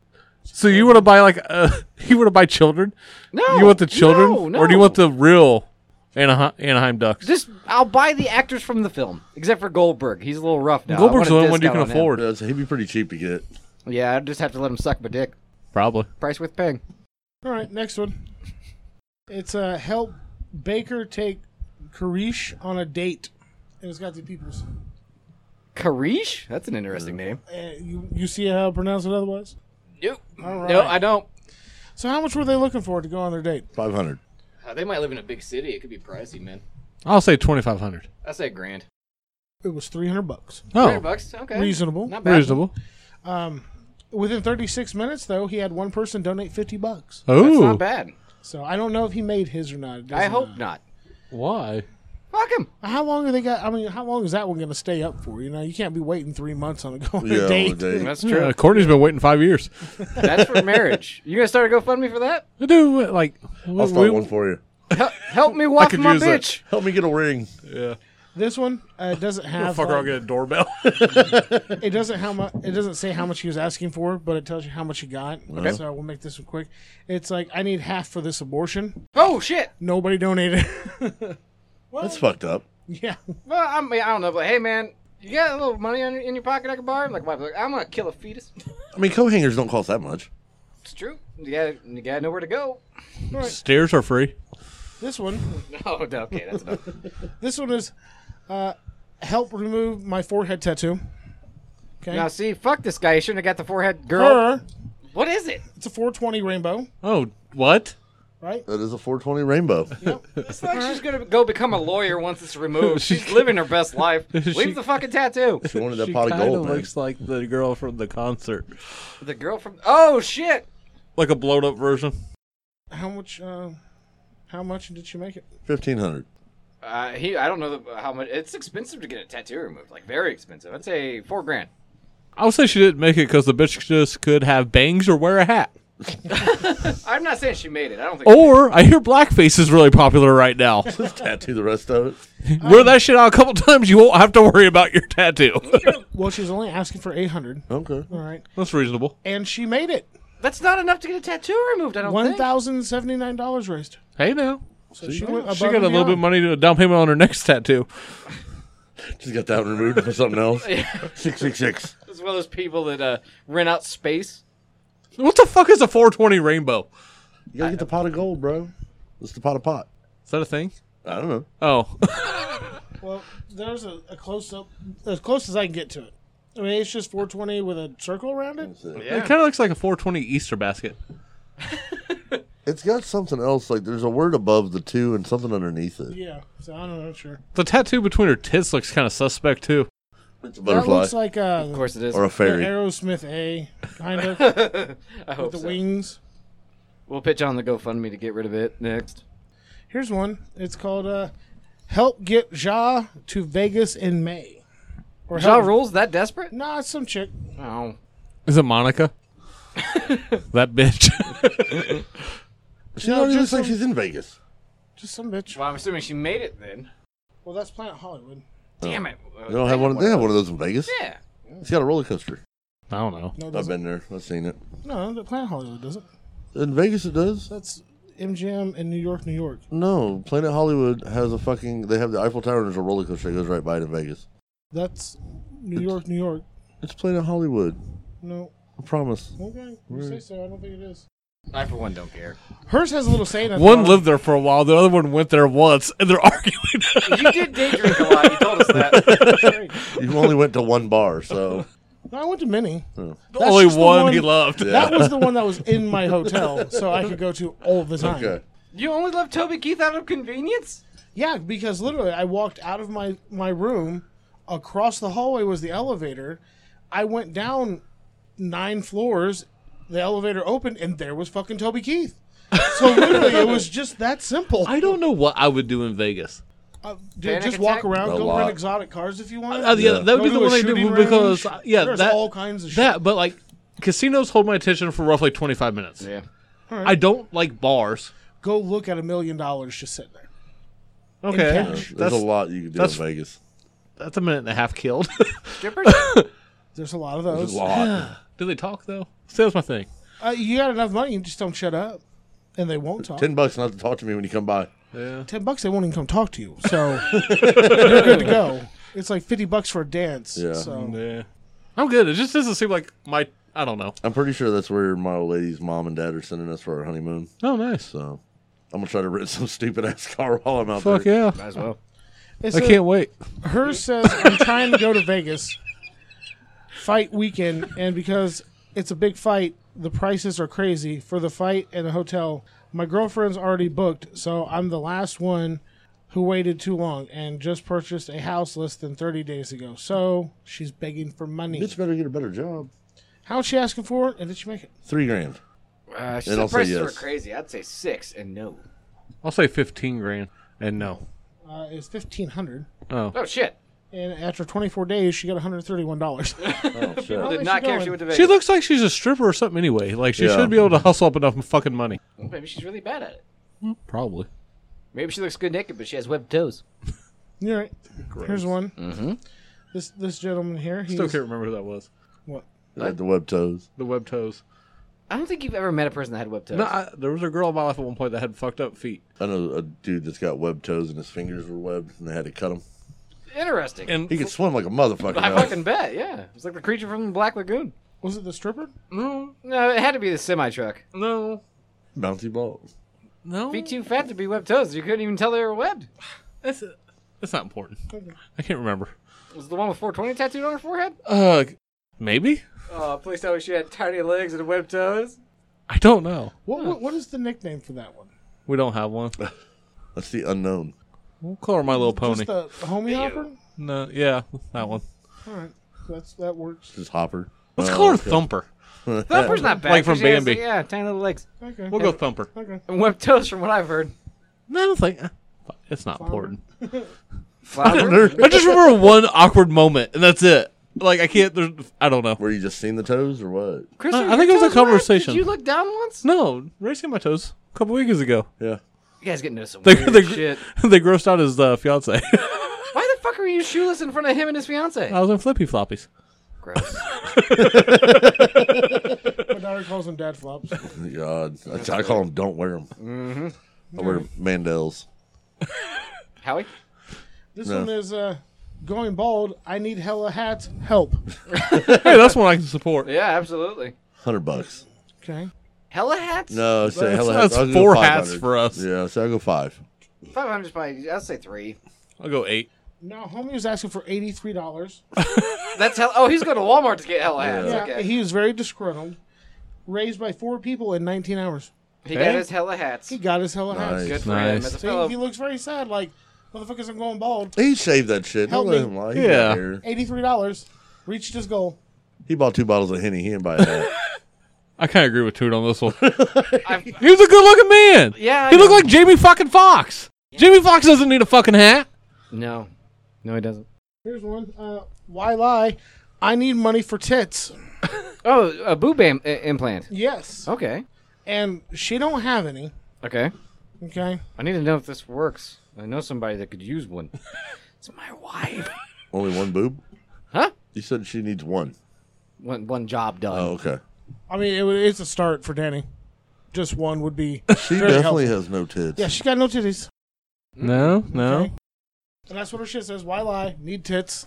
Speaker 3: So you want to buy like uh, you want to buy children?
Speaker 2: No.
Speaker 3: You want the children,
Speaker 2: No, no.
Speaker 3: or do you want the real Anaheim, Anaheim Ducks?
Speaker 2: Just I'll buy the actors from the film, except for Goldberg. He's a little rough now. I
Speaker 3: Goldberg's the
Speaker 2: want a
Speaker 3: only one you
Speaker 2: discount on
Speaker 3: can
Speaker 2: him.
Speaker 3: afford,
Speaker 4: Yeah, so he'd be pretty cheap to get.
Speaker 2: Yeah, I just have to let him suck my dick.
Speaker 3: probably.
Speaker 2: Price worth paying.
Speaker 5: All right, next one. It's uh, help Baker take Karish on a date. And it's got the people's.
Speaker 2: Karish? That's an interesting name.
Speaker 5: Uh, you, you see how I pronounce it otherwise?
Speaker 2: Nope.
Speaker 5: All
Speaker 2: No,
Speaker 5: right.
Speaker 2: I don't.
Speaker 5: So, how much were they looking for to go on their date?
Speaker 4: 500.
Speaker 2: Uh, they might live in a big city. It could be pricey, man.
Speaker 3: I'll say twenty five hundred.
Speaker 2: I say grand.
Speaker 5: It was 300 bucks.
Speaker 2: Three
Speaker 3: Oh,
Speaker 2: bucks. Okay.
Speaker 5: Reasonable.
Speaker 2: Not bad.
Speaker 3: reasonable.
Speaker 5: Um, within 36 minutes, though, he had one person donate 50 bucks.
Speaker 2: That's
Speaker 3: Oh,
Speaker 2: not bad.
Speaker 5: So, I don't know if he made his or not. It
Speaker 2: I
Speaker 5: doesn't
Speaker 2: hope
Speaker 5: matter.
Speaker 2: not.
Speaker 3: why?
Speaker 2: Fuck him.
Speaker 5: How long are they got? I mean, how long is that one going to stay up for? You know, you can't be waiting three months on a go on
Speaker 4: Yeah,
Speaker 5: a
Speaker 4: on
Speaker 5: date.
Speaker 4: a date.
Speaker 2: That's
Speaker 3: Yeah,
Speaker 2: true.
Speaker 3: Uh, Courtney's been waiting five years.
Speaker 2: That's for marriage. You gonna start a GoFundMe for that?
Speaker 3: I do uh, like.
Speaker 4: I'll start one for you.
Speaker 2: Hel- help me walk
Speaker 3: could
Speaker 2: my
Speaker 3: use that.
Speaker 2: bitch.
Speaker 4: Help me get a ring.
Speaker 5: This one uh, doesn't have.
Speaker 3: Fucker, I'll
Speaker 5: like-
Speaker 3: get a doorbell.
Speaker 5: It doesn't how much. It doesn't say how much he was asking for, but it tells you how much he got. So we'll make this one quick. It's like I need half for this abortion.
Speaker 2: Oh shit.
Speaker 5: Nobody donated.
Speaker 4: That's fucked up.
Speaker 5: yeah,
Speaker 2: Well, I, mean, I don't know, but hey, man, you got a little money on your, in your pocket I can borrow? I'm like, why? Like, I'm gonna kill a fetus.
Speaker 4: I mean, co-hangers don't cost that much.
Speaker 2: It's true. You gotta, you gotta know where to go.
Speaker 3: Stairs are free.
Speaker 5: this one.
Speaker 2: Oh, no, okay, that's enough.
Speaker 5: This one is uh, help remove my forehead tattoo.
Speaker 2: now, see, fuck this guy. He shouldn't have got the forehead girl.
Speaker 5: Her
Speaker 2: What is it?
Speaker 5: It's a 420 rainbow,
Speaker 3: Oh, what?
Speaker 5: right?
Speaker 4: That is a 420 rainbow.
Speaker 2: It's like she's gonna go become a lawyer once it's removed. She's living her best life.
Speaker 3: She-
Speaker 2: Leave the fucking tattoo.
Speaker 4: She wanted that
Speaker 3: she
Speaker 4: pot of
Speaker 3: kinda
Speaker 4: gold, man.
Speaker 3: looks like the girl from the concert,
Speaker 2: The girl from oh shit.
Speaker 3: like a blowed up version.
Speaker 5: How much? Uh, how much did she make it?
Speaker 4: 1500
Speaker 2: Uh, he I don't know the, how much. It's expensive to get a tattoo removed. Like very expensive. I'd say four grand.
Speaker 3: I would say she didn't make it because the bitch just could have bangs or wear a hat.
Speaker 2: I'm not saying she made it. I don't think.
Speaker 3: Or I hear blackface is really popular right now.
Speaker 4: Tattoo the rest of it.
Speaker 3: Wear that shit out a couple times, you won't have to worry about your tattoo.
Speaker 5: Well, she's only asking for 800.
Speaker 4: Okay.
Speaker 5: All right,
Speaker 3: That's reasonable.
Speaker 5: and she made it.
Speaker 2: that's not enough to get a tattoo removed. I don't
Speaker 5: One
Speaker 2: think.
Speaker 5: thousand seventy nine dollars raised.
Speaker 3: Hey now,
Speaker 5: So she, went above
Speaker 3: she got a little bit
Speaker 5: more.
Speaker 3: money to down payment on her next tattoo.
Speaker 4: She's got that one removed for something else. 666.
Speaker 2: As well as people that uh, rent out space.
Speaker 3: What the fuck is a 420 rainbow?
Speaker 4: You gotta get the pot of gold, bro. It's the pot of pot.
Speaker 3: Is that a thing?
Speaker 4: I don't know.
Speaker 3: Oh,
Speaker 5: Well, there's a, a close up, as close as I can get to it. I mean, it's just 420 with a circle around it.
Speaker 3: it kind of looks like a 420 Easter basket.
Speaker 4: It's got something else. Like there's a word above the two and something underneath it.
Speaker 5: Yeah, so I don't know, sure.
Speaker 3: The tattoo between her tits looks kind of suspect too.
Speaker 4: It's a
Speaker 5: That
Speaker 4: butterfly
Speaker 5: looks like uh,
Speaker 2: Of course it is.
Speaker 4: or a
Speaker 5: the
Speaker 4: fairy.
Speaker 5: Aerosmith A, kind of, with
Speaker 2: I hope
Speaker 5: the
Speaker 2: so.
Speaker 5: wings.
Speaker 2: We'll pitch on the GoFundMe to get rid of it next.
Speaker 5: Here's one. It's called uh, "Help Get Ja to Vegas in May." Or
Speaker 2: Ja
Speaker 5: help-
Speaker 2: rules that desperate?
Speaker 5: Nah, it's some chick.
Speaker 2: No.
Speaker 3: Is it Monica? that bitch.
Speaker 4: She already looks
Speaker 5: just
Speaker 4: like
Speaker 5: some-
Speaker 4: she's in Vegas.
Speaker 5: Just some bitch.
Speaker 2: Well, I'm assuming she made it then.
Speaker 5: Well, that's Planet Hollywood.
Speaker 2: Damn it.
Speaker 4: Oh. They don't have one. They have one of those in Vegas.
Speaker 2: Yeah.
Speaker 4: It's got a roller coaster.
Speaker 3: I don't know.
Speaker 5: No, it
Speaker 4: I've
Speaker 5: doesn't.
Speaker 4: been there. I've seen it.
Speaker 5: No, the Planet Hollywood doesn't.
Speaker 4: In Vegas, it does.
Speaker 5: That's MGM in New York, New York.
Speaker 4: No, Planet Hollywood has a fucking. They have the Eiffel Tower and there's a roller coaster that goes right by it in Vegas.
Speaker 5: That's New York, New York.
Speaker 4: It's Planet Hollywood.
Speaker 5: No.
Speaker 4: I promise.
Speaker 5: Okay, you say so. I don't think it is.
Speaker 2: I, for one, don't care.
Speaker 5: Hers has a little saying. at the
Speaker 3: One
Speaker 5: bottom.
Speaker 3: lived there for a while. The other one went there once, and they're arguing.
Speaker 2: You did day drink a lot. You told us that.
Speaker 4: You only went to one bar, so
Speaker 5: No, I went to many. That's
Speaker 3: Only
Speaker 5: just the
Speaker 3: one, he
Speaker 5: one-
Speaker 3: loved.
Speaker 5: That was the one that was in my hotel, so I could go to all the time.
Speaker 4: okay.
Speaker 2: You only love Toby Keith out of convenience?
Speaker 5: Yeah, because literally, I walked out of my my room, across the hallway was the elevator. I went down nine floors. The elevator opened, and there was fucking Toby Keith. So literally, it was just that simple.
Speaker 3: I don't know what I would do in Vegas.
Speaker 5: Uh, dude,
Speaker 2: Panic
Speaker 5: just walk
Speaker 2: attack?
Speaker 5: around,
Speaker 4: A
Speaker 5: go
Speaker 4: lot.
Speaker 5: rent exotic cars if you want.
Speaker 3: Uh, yeah, that would
Speaker 5: Go
Speaker 3: be
Speaker 5: to
Speaker 3: the
Speaker 5: a
Speaker 3: one I do
Speaker 5: shooting range.
Speaker 3: because uh, yeah,
Speaker 5: There's
Speaker 3: that
Speaker 5: all kinds of shit.
Speaker 3: that. But like, casinos hold my attention for roughly twenty five minutes.
Speaker 2: Yeah.
Speaker 3: I don't like bars.
Speaker 5: Go look at a million dollars just sitting there.
Speaker 3: Okay,
Speaker 5: cash.
Speaker 4: There's
Speaker 3: that's
Speaker 4: a lot you can do in
Speaker 3: that's-
Speaker 4: Vegas.
Speaker 3: that's a minute and a half killed.
Speaker 2: Strippers?
Speaker 5: There's a lot of
Speaker 4: There's
Speaker 5: those.
Speaker 4: a lot.
Speaker 3: do they talk though? See, that's my thing.
Speaker 5: Uh, you got enough money, you just don't shut up, and they won't talk.
Speaker 4: Ten bucks not to talk to me when you come by.
Speaker 5: ten bucks, they won't even come talk to you. So you're good to go. It's like fifty bucks for a dance.
Speaker 4: Yeah.
Speaker 5: So
Speaker 3: Yeah, I'm good. It just doesn't seem like my. I don't know.
Speaker 4: I'm pretty sure that's where my old lady's mom and dad are sending us for our honeymoon.
Speaker 3: Oh, nice.
Speaker 4: So I'm gonna try to rent some stupid ass car while I'm out
Speaker 3: Fuck
Speaker 4: there.
Speaker 3: yeah!
Speaker 2: Might as well.
Speaker 5: it's
Speaker 3: I
Speaker 5: a-
Speaker 3: can't wait.
Speaker 5: hers says I'm trying to go to Vegas fight weekend, and because it's a big fight, the prices are crazy for the fight and the hotel. My girlfriend's already booked, so I'm the last one who waited too long and just purchased a house less than 30 days ago. So she's begging for money.
Speaker 4: Bitch better get a better job.
Speaker 5: How's she asking for it? And did she make it?
Speaker 4: Three grand.
Speaker 2: Uh, she
Speaker 4: And I'll
Speaker 2: said
Speaker 4: say
Speaker 2: prices were
Speaker 4: yes.
Speaker 2: crazy. I'd say six and no.
Speaker 3: I'll say fifteen grand, and no.
Speaker 5: Uh, it's 1500
Speaker 3: Oh,
Speaker 2: Oh, shit.
Speaker 5: and after 24 days, she got 131 dollars.
Speaker 4: Oh shit.
Speaker 2: Did
Speaker 5: is
Speaker 2: not
Speaker 5: she
Speaker 2: care if
Speaker 5: going?
Speaker 2: she went to Vegas.
Speaker 3: she looks like she's a stripper or something. Anyway, like she
Speaker 4: Yeah.
Speaker 3: should be able to hustle up enough fucking money.
Speaker 2: Maybe she's really bad at it.
Speaker 3: Probably.
Speaker 2: Maybe she looks good naked, but she has webbed toes.
Speaker 5: You're right. Here's one. This this gentleman here. He's,
Speaker 3: Still can't remember who that was.
Speaker 5: What?
Speaker 4: At the web toes.
Speaker 3: The web toes.
Speaker 2: I don't think you've ever met a person that had webbed toes.
Speaker 3: No, I, there was a girl in my life at one point that had fucked up feet,
Speaker 4: I know a dude that's got web toes and his fingers were webbed and they had to cut him.
Speaker 2: Interesting.
Speaker 3: and
Speaker 4: He could swim like a motherfucker.
Speaker 2: I
Speaker 4: now.
Speaker 2: fucking bet, yeah. It's like the creature from the Black Lagoon.
Speaker 5: Was it the stripper?
Speaker 3: no,
Speaker 2: No, it had to be the semi truck.
Speaker 3: no,
Speaker 4: bouncy ball.
Speaker 3: no.
Speaker 2: Be too fat to be webbed toes. You couldn't even tell they were webbed.
Speaker 3: That's that's not important. I can't remember.
Speaker 2: Was it the one with 420 tattooed on her forehead?
Speaker 3: Uh, Maybe?
Speaker 2: Oh, please tell me she had tiny legs and webbed toes.
Speaker 3: I don't know.
Speaker 5: What, what, what is the nickname for that one?
Speaker 3: We don't have one.
Speaker 4: That's the unknown.
Speaker 3: We'll call her My Little Pony.
Speaker 5: Just the homie hopper?
Speaker 3: no, yeah, that one.
Speaker 5: All right, that's that works.
Speaker 4: This Hopper.
Speaker 3: Let's
Speaker 4: Oh,
Speaker 3: call her
Speaker 4: okay.
Speaker 3: Thumper.
Speaker 2: Thumper's not bad.
Speaker 3: Like from
Speaker 2: 'cause she has-
Speaker 3: Bambi.
Speaker 2: yeah, tiny little legs.
Speaker 5: Okay.
Speaker 3: We'll go Thumper.
Speaker 5: okay.
Speaker 2: And webbed toes, from what I've heard.
Speaker 3: No, I don't think. eh, fuck, It's not important.
Speaker 2: Flower.
Speaker 3: I just remember one awkward moment, and that's it. Like I can't. There's, I don't know.
Speaker 4: Were you just seeing the toes or what?
Speaker 2: Chris,
Speaker 3: I- I
Speaker 2: your
Speaker 3: think it was a
Speaker 2: toes webbed?
Speaker 3: conversation.
Speaker 2: Did you look down once?
Speaker 3: No, racing my toes a couple weeks ago.
Speaker 4: Yeah.
Speaker 2: You guys getting into some
Speaker 3: They,
Speaker 2: weird
Speaker 3: they,
Speaker 2: shit.
Speaker 3: they grossed out his uh, fiance.
Speaker 2: Why the fuck are you shoeless in front of him and his fiance?
Speaker 3: I was on flippy floppies.
Speaker 2: Gross.
Speaker 5: My daughter calls them dad flops.
Speaker 4: God, I, I call them. Don't wear them. Mm-hmm. I wear Mandels.
Speaker 2: Howie?
Speaker 5: This
Speaker 4: No.
Speaker 5: one is uh, going bald. I need hella hats. Help.
Speaker 3: hey, that's one I can support.
Speaker 2: Yeah, absolutely.
Speaker 4: Hundred bucks.
Speaker 5: Okay.
Speaker 2: Hella hats?
Speaker 4: No, say
Speaker 3: That's-
Speaker 4: hella
Speaker 3: that's
Speaker 4: I'll go
Speaker 3: four hats
Speaker 4: 500.
Speaker 3: for us.
Speaker 4: Yeah, so I'll go five.
Speaker 2: 500 is probably, I'll say three.
Speaker 3: I'll go eight.
Speaker 5: Now, homie was asking for eighty three dollars.
Speaker 2: That's hell. Oh, he's going to Walmart to get hella hats.
Speaker 5: Yeah,
Speaker 2: Okay.
Speaker 5: he was very disgruntled. Raised by four people in nineteen hours.
Speaker 2: He
Speaker 3: Hey.
Speaker 2: got his hella hats.
Speaker 5: He got his hella hats.
Speaker 4: Nice.
Speaker 2: Good for him.
Speaker 3: Nice.
Speaker 2: As a
Speaker 5: See,
Speaker 2: fellow,
Speaker 5: he looks very sad. Like motherfuckers, I'm going bald.
Speaker 4: He shaved that shit.
Speaker 5: Help
Speaker 4: Don't let
Speaker 5: me.
Speaker 4: him lie. He
Speaker 3: Yeah.
Speaker 4: don't care.
Speaker 5: Eighty three dollars. Reached his goal.
Speaker 4: He bought two bottles of henny. He didn't buy a hat.
Speaker 3: I kind of agree with Toot on this one.
Speaker 2: I've-
Speaker 3: He was a good looking man.
Speaker 2: Yeah, I
Speaker 3: He looked
Speaker 2: know.
Speaker 3: like Jamie fucking Fox. Jamie Fox doesn't need a fucking hat.
Speaker 2: no. No, he doesn't.
Speaker 5: Here's one. Uh, why lie? I need money for tits.
Speaker 2: Oh, a boob am- i- implant.
Speaker 5: Yes.
Speaker 2: Okay.
Speaker 5: And she don't have any.
Speaker 2: Okay.
Speaker 5: Okay.
Speaker 2: I need to know if this works. I know somebody that could use one. it's my wife.
Speaker 4: Only one boob.
Speaker 2: Huh?
Speaker 4: You said she needs one.
Speaker 2: One, one job done.
Speaker 4: Oh, okay.
Speaker 5: I mean, it, would- it's a start for Danny. Just one would be.
Speaker 4: She
Speaker 5: Very
Speaker 4: definitely has no tits.
Speaker 5: Yeah, she got no titties.
Speaker 3: No, no.
Speaker 5: Okay. And that's what her shit says. Why lie? Need tits.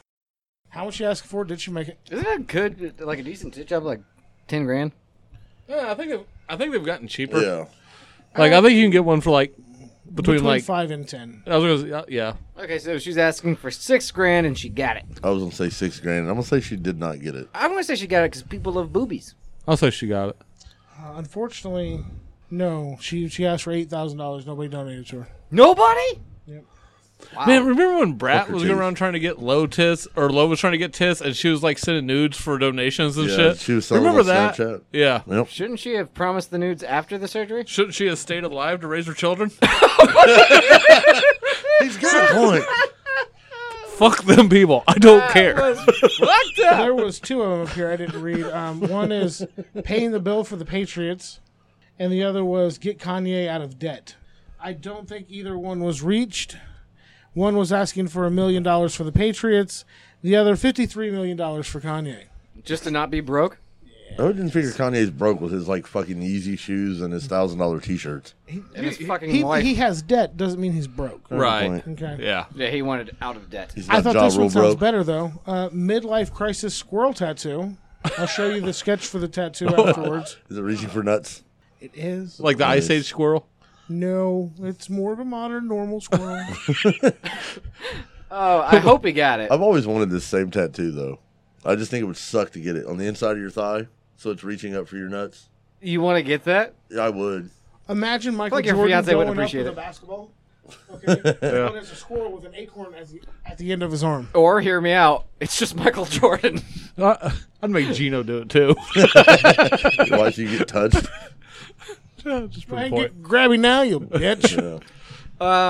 Speaker 5: How much she asked for? Did she make it?
Speaker 2: Isn't that good? Like a decent tit job, like 10 grand?
Speaker 3: Yeah, I think they've, I think they've gotten cheaper.
Speaker 4: Yeah.
Speaker 3: Like I think you can get one for like between, like
Speaker 5: five and ten.
Speaker 3: I was gonna say, uh, yeah.
Speaker 2: Okay, so she's asking for six grand and she got it.
Speaker 4: I was gonna say six grand. I'm gonna say she did not get it.
Speaker 2: I'm going to say she got it because people love boobies.
Speaker 3: I'll say she got it.
Speaker 5: Uh, unfortunately, no. She she asked for eight thousand dollars. Nobody donated to her.
Speaker 2: Nobody?
Speaker 5: Yep.
Speaker 2: Wow.
Speaker 3: Man, remember when Brat
Speaker 4: Fucker
Speaker 3: was
Speaker 4: titties.
Speaker 3: going around trying to get low tits, or Low was trying to get tits, and she was like sending nudes for donations and
Speaker 4: Yeah,
Speaker 3: shit.
Speaker 4: she was selling
Speaker 3: remember
Speaker 4: on
Speaker 3: that?
Speaker 4: Snapchat.
Speaker 3: Yeah.
Speaker 4: Yep.
Speaker 2: Shouldn't she have promised the nudes after the surgery?
Speaker 3: Shouldn't she have stayed alive to raise her children?
Speaker 4: He's got a point.
Speaker 3: Fuck them people. I don't care.
Speaker 2: What the?
Speaker 5: There was two of them up here. I didn't read. Um, one is paying the bill for the Patriots, and the other was get Kanye out of debt. I don't think either one was reached. One was asking for a million dollars for the Patriots. The other fifty-three million dollars for Kanye.
Speaker 2: Just to not be broke?
Speaker 4: I didn't figure Kanye's broke with his like fucking Yeezy shoes and his thousand dollar t-shirts.
Speaker 2: And his fucking
Speaker 5: He,
Speaker 2: wife.
Speaker 5: he has debt. Doesn't mean he's broke.
Speaker 3: right.
Speaker 5: Okay.
Speaker 3: Yeah.
Speaker 2: yeah, he wanted out of debt.
Speaker 4: He's
Speaker 5: I
Speaker 4: not
Speaker 5: thought
Speaker 4: jaw
Speaker 5: this one
Speaker 4: real
Speaker 5: sounds
Speaker 4: broke.
Speaker 5: better though. Uh, midlife crisis squirrel tattoo. I'll show you the sketch for the tattoo afterwards.
Speaker 4: Is it reaching for nuts?
Speaker 5: It is
Speaker 3: Like the Ice
Speaker 4: Nice.
Speaker 3: Age squirrel.
Speaker 5: no, it's more of a modern normal squirrel.
Speaker 2: Oh, I hope he got it.
Speaker 4: I've always wanted this same tattoo though. I just think it would suck to get it on the inside of your thigh, so it's reaching up for your nuts.
Speaker 2: You want to get that?
Speaker 4: Yeah, I would.
Speaker 5: Imagine Michael
Speaker 2: like your
Speaker 5: Jordan
Speaker 2: fiancé would
Speaker 5: going up
Speaker 2: appreciate
Speaker 5: with a
Speaker 2: it.
Speaker 5: basketball. Okay, yeah. it's a squirrel with an acorn as the, at the end of his arm.
Speaker 2: Or hear me out. It's just Michael Jordan.
Speaker 3: Uh, I'd make Gino do it too.
Speaker 4: Watch you get touched.
Speaker 3: Just for
Speaker 5: Hey,
Speaker 3: the
Speaker 5: get
Speaker 3: point.
Speaker 5: grabby now, you bitch!
Speaker 4: Yeah.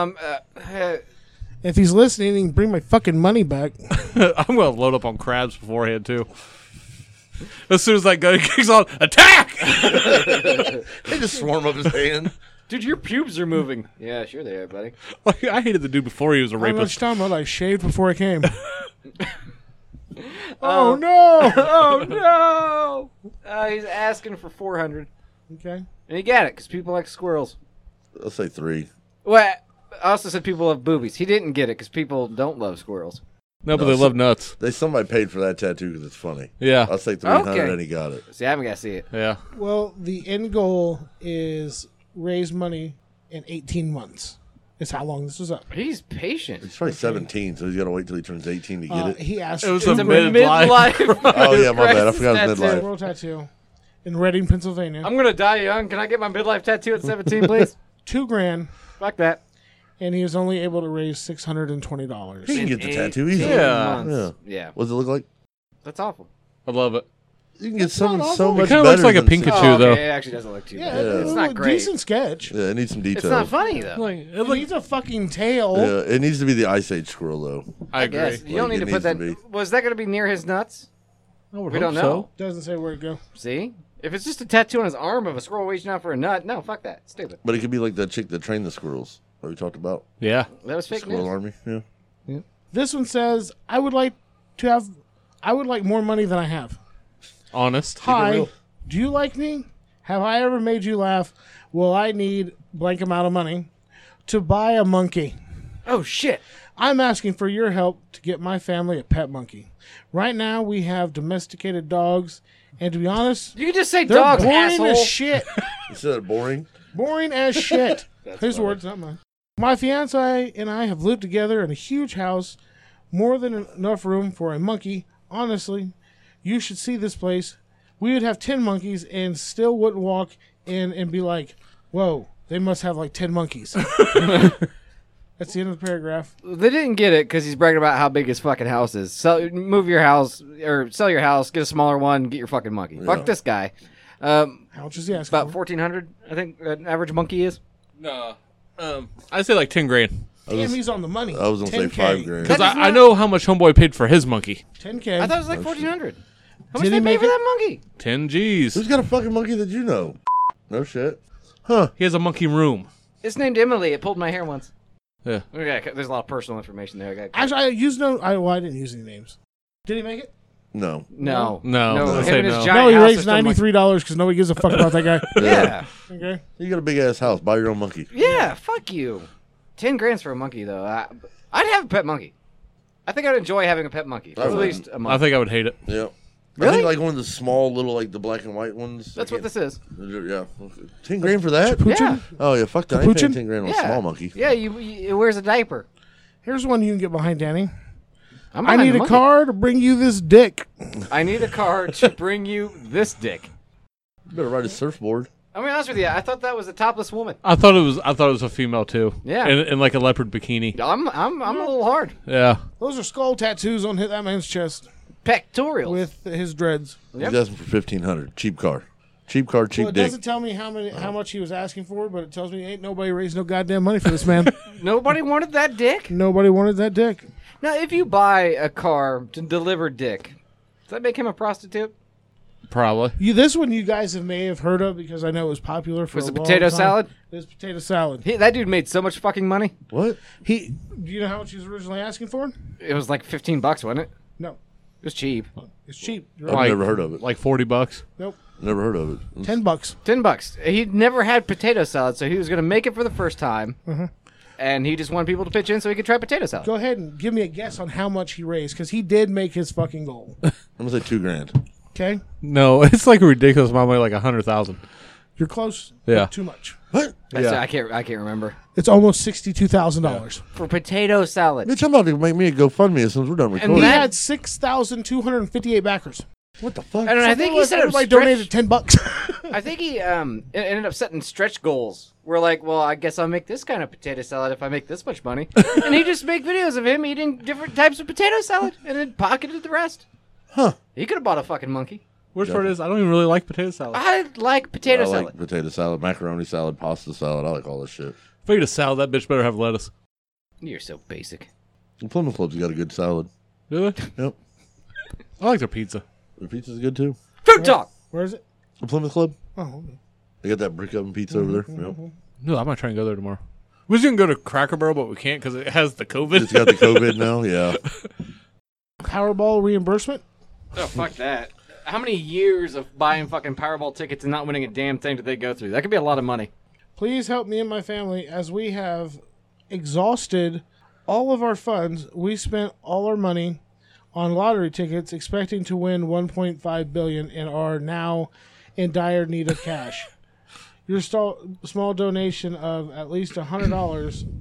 Speaker 2: Um, uh, uh,
Speaker 5: if he's listening, he can bring my fucking money back.
Speaker 3: I'm gonna load up on crabs beforehand too. As soon as that gun kicks on, attack!
Speaker 4: They just swarm up his hand.
Speaker 2: dude, your pubes are moving. Yeah, sure they are, buddy.
Speaker 3: Like, I hated the dude before he was a
Speaker 5: How much
Speaker 3: rapist.
Speaker 5: time I like shaved before I came? oh no!
Speaker 2: Oh no! Uh, he's asking for four hundred,
Speaker 5: okay.
Speaker 2: and he got it because people like squirrels.
Speaker 4: I'll say three.
Speaker 2: Well, I also said people love boobies. He didn't get it because people don't love squirrels.
Speaker 3: No, but they love nuts.
Speaker 4: They somebody paid for that tattoo because it's funny.
Speaker 3: Yeah.
Speaker 4: I'll say three hundred,
Speaker 2: Okay.
Speaker 4: and he got it.
Speaker 2: See, I haven't got to see it.
Speaker 3: Yeah.
Speaker 5: Well, the end goal is raise money in 18 months. is how long this was up.
Speaker 2: He's patient.
Speaker 4: He's probably 17, so he's got to wait till he turns 18 to get
Speaker 5: Uh,
Speaker 4: it.
Speaker 5: he asked
Speaker 3: It was
Speaker 5: for
Speaker 3: a
Speaker 2: It's a
Speaker 3: midlife.
Speaker 2: midlife.
Speaker 4: Oh, yeah, my bad. I forgot it was
Speaker 5: a
Speaker 2: tattoo.
Speaker 4: midlife.
Speaker 5: world tattoo in Reading, Pennsylvania.
Speaker 2: I'm gonna die young. Can I get my midlife tattoo at 17, please?
Speaker 5: Two grand,
Speaker 2: Fuck that.
Speaker 5: and he was only able to raise six hundred and twenty dollars.
Speaker 4: He can get the
Speaker 2: Eight-
Speaker 4: tattoo easily.
Speaker 3: Yeah.
Speaker 2: months. Yeah.
Speaker 4: What does it look like?
Speaker 2: That's awful.
Speaker 3: I love it.
Speaker 4: You can get someone so
Speaker 3: It
Speaker 4: much
Speaker 3: kinda
Speaker 4: better.
Speaker 3: looks like a
Speaker 4: than
Speaker 3: Pikachu,
Speaker 4: six-
Speaker 2: Oh,
Speaker 3: though.
Speaker 2: okay, it actually doesn't look too
Speaker 5: Yeah,
Speaker 2: bad.
Speaker 5: it-
Speaker 2: It's
Speaker 5: it-
Speaker 2: not
Speaker 5: it-
Speaker 2: great.
Speaker 5: Decent sketch.
Speaker 4: Yeah, it needs some detail.
Speaker 2: It's not funny though.
Speaker 3: Like, it
Speaker 5: It
Speaker 3: look-
Speaker 5: needs a fucking tail.
Speaker 4: Yeah, it needs to be the Ice Age squirrel, though.
Speaker 3: I
Speaker 2: I guess
Speaker 3: agree.
Speaker 2: you don't
Speaker 4: Like,
Speaker 2: need
Speaker 4: it
Speaker 2: to put that.
Speaker 4: needs to
Speaker 2: Was that gonna be near his nuts? We don't know.
Speaker 5: Doesn't say where to go.
Speaker 2: See, if it's just a tattoo on his arm of a squirrel reaching out for a nut, no, fuck that. Stupid.
Speaker 4: But it could be like that chick that trained the squirrels that we talked about.
Speaker 3: Yeah.
Speaker 2: That was fake
Speaker 4: Squirrel
Speaker 2: news.
Speaker 4: Army. Yeah.
Speaker 5: This one says, "I would like to have, I would like more money than I have."
Speaker 3: Honest.
Speaker 5: Hi, do you like me? Have I ever made you laugh? Will I need blank amount of money to buy a monkey?
Speaker 2: Oh shit.
Speaker 5: I'm asking for your help to get my family a pet monkey. Right now, we have domesticated dogs, and to be honest,
Speaker 2: You can just say
Speaker 5: they're
Speaker 2: dogs,
Speaker 5: boring
Speaker 2: asshole.
Speaker 5: as shit.
Speaker 4: You said that boring?
Speaker 5: boring as shit. His words, not mine. My fiance and I have lived together in a huge house, more than enough room for a monkey. Honestly, you should see this place. We would have 10 monkeys and still wouldn't walk in and be like, whoa, they must have like 10 monkeys. That's the end of the paragraph.
Speaker 2: They didn't get it because he's bragging about how big his fucking house is. So move your house or sell your house, get a smaller one, get your fucking monkey. Fuck this guy. Um,
Speaker 5: How much is he asking?
Speaker 2: about
Speaker 5: for?
Speaker 2: fourteen hundred, I think an average monkey is.
Speaker 3: No. Um, I'd say like 10 grand.
Speaker 5: Damn, he's on the money.
Speaker 4: I was going to say 5 grand.
Speaker 3: Because
Speaker 2: That is
Speaker 3: I, I
Speaker 2: not-
Speaker 3: know how much Homeboy paid for his monkey.
Speaker 5: 10K.
Speaker 2: I thought it was like fourteen hundred. How much
Speaker 5: Did
Speaker 2: they
Speaker 5: he
Speaker 2: pay
Speaker 5: make
Speaker 2: for
Speaker 5: it?
Speaker 2: that monkey?
Speaker 3: 10 G's.
Speaker 4: Who's got a fucking monkey that you know? No shit.
Speaker 3: He has a monkey room.
Speaker 2: It's named Emily. It pulled my hair once.
Speaker 3: Yeah.
Speaker 2: Okay, c- there's a lot of personal information there. I gotta-
Speaker 5: Actually, I used no. I, well, I didn't use any names. Did he make it?
Speaker 4: No.
Speaker 2: no, no.
Speaker 3: No, no.
Speaker 2: Him
Speaker 3: Say
Speaker 2: and his
Speaker 3: no.
Speaker 2: giant
Speaker 5: No, he
Speaker 2: house
Speaker 5: raised
Speaker 2: is still
Speaker 5: ninety
Speaker 2: monkey-
Speaker 5: three dollars because nobody gives a fuck about that guy.
Speaker 2: Yeah,
Speaker 5: Okay.
Speaker 4: You got a big ass house. Buy your own monkey.
Speaker 2: yeah. Fuck you. Ten grand for a monkey though. I, I'd have a pet monkey. I think I'd enjoy having a pet monkey.
Speaker 4: I
Speaker 2: at
Speaker 4: wouldn't.
Speaker 2: least a monkey.
Speaker 3: I think I would hate it.
Speaker 4: Yeah. I
Speaker 2: Really?
Speaker 4: think like one of the small little like the black and white ones.
Speaker 2: That's
Speaker 4: I
Speaker 2: what this is.
Speaker 4: can't- Yeah. Ten grand for that?
Speaker 2: Yeah.
Speaker 4: Oh yeah, fuck that. I ain't paying
Speaker 5: Capuchin?
Speaker 4: ten grand on
Speaker 2: yeah.
Speaker 4: a small monkey.
Speaker 2: Yeah, you, you, it wears a diaper.
Speaker 5: Here's one you can get behind, Danny.
Speaker 2: I'm
Speaker 5: I
Speaker 2: behind
Speaker 5: need
Speaker 2: the
Speaker 5: a
Speaker 2: monkey.
Speaker 5: car to bring you this dick.
Speaker 2: I need a car to bring you this dick.
Speaker 4: You better ride a surfboard.
Speaker 2: I'm gonna be honest with you. I thought that was a topless woman.
Speaker 3: I thought it was. I thought it was a female too.
Speaker 2: Yeah.
Speaker 3: in, in like a leopard bikini.
Speaker 2: I'm I'm I'm a little hard.
Speaker 3: Yeah,
Speaker 5: Those are skull tattoos on hit that man's chest
Speaker 2: Pectorial.
Speaker 5: with his dreads.
Speaker 2: Yep.
Speaker 4: He's asking for fifteen hundred. Cheap car. Cheap car, cheap
Speaker 5: Well, it
Speaker 4: dick.
Speaker 5: doesn't tell me how many how much he was asking for, but it tells me ain't nobody raised no goddamn money for this man.
Speaker 2: Nobody wanted that dick.
Speaker 5: nobody wanted that dick.
Speaker 2: Now, if you buy a car to deliver dick, does that make him a prostitute?
Speaker 3: probably.
Speaker 5: You, this one you guys have may have heard of because I know it was popular for
Speaker 2: Was
Speaker 5: a
Speaker 2: it
Speaker 5: long
Speaker 2: potato
Speaker 5: time.
Speaker 2: salad?
Speaker 5: This potato salad.
Speaker 2: He, that dude made so much fucking money.
Speaker 4: what?
Speaker 5: He, do you know how much he was originally asking for?
Speaker 2: It was like fifteen bucks, wasn't it?
Speaker 5: No,
Speaker 2: It was cheap.
Speaker 5: it's cheap. You're
Speaker 4: I've
Speaker 5: right.
Speaker 4: never heard of it.
Speaker 3: Like forty bucks.
Speaker 5: Nope,
Speaker 4: Never heard of it.
Speaker 5: ten bucks.
Speaker 2: Ten bucks. He'd never had potato salad, so he was gonna make it for the first time, and he just wanted people to pitch in so he could try potato salad.
Speaker 5: Go ahead and give me a guess on how much he raised because he did make his fucking goal.
Speaker 4: I'm gonna say two grand.
Speaker 5: Okay,
Speaker 3: No, it's like a ridiculous amount of money, like a hundred thousand.
Speaker 5: you're close.
Speaker 3: Yeah.
Speaker 5: but too much.
Speaker 4: What?
Speaker 2: I said, I can't. I can't remember
Speaker 5: It's almost sixty-two thousand dollars.
Speaker 2: for potato salad.
Speaker 4: Bitch, I'm about to make me a GoFundMe as soon as we're done recording.
Speaker 5: He
Speaker 2: that-
Speaker 5: had six thousand two hundred and fifty-eight backers.
Speaker 4: what the fuck?
Speaker 2: I don't know. I
Speaker 5: Something
Speaker 2: think he
Speaker 5: was
Speaker 2: said it was
Speaker 5: everybody donated ten bucks.
Speaker 2: I think he um e- ended up setting stretch goals. We're like, well, I guess I'll make this kind of potato salad if I make this much money. and he just make videos of him eating different types of potato salad and then pocketed the rest.
Speaker 4: Huh.
Speaker 2: He could have bought a fucking monkey.
Speaker 3: Worst part is I don't even really like potato salad.
Speaker 2: I like potato
Speaker 4: I
Speaker 2: salad.
Speaker 4: like potato salad, macaroni salad, pasta salad. I like all this shit.
Speaker 3: If I eat a salad, that bitch better have lettuce.
Speaker 2: You're so basic.
Speaker 4: The Plymouth Club's got a good salad.
Speaker 3: Do they?
Speaker 4: Yep.
Speaker 3: I like their pizza.
Speaker 4: The pizza's good too.
Speaker 2: Food talk.
Speaker 5: Where is it?
Speaker 4: The Plymouth Club. Mm-hmm,
Speaker 5: Oh,
Speaker 4: They got that brick oven pizza over there. Yep.
Speaker 3: No, I might try and go there tomorrow. We was gonna go to Cracker Barrel, but we can't because it has the
Speaker 4: It's
Speaker 3: COVID.
Speaker 4: got the COVID now. Yeah.
Speaker 5: Powerball reimbursement.
Speaker 2: Oh fuck that. How many years of buying fucking Powerball tickets and not winning a damn thing did they go through? That could be a lot of money.
Speaker 5: Please help me and my family as we have exhausted all of our funds. We spent all our money on lottery tickets expecting to win 1.5 billion and are now in dire need of cash. Your st- small donation of at least $100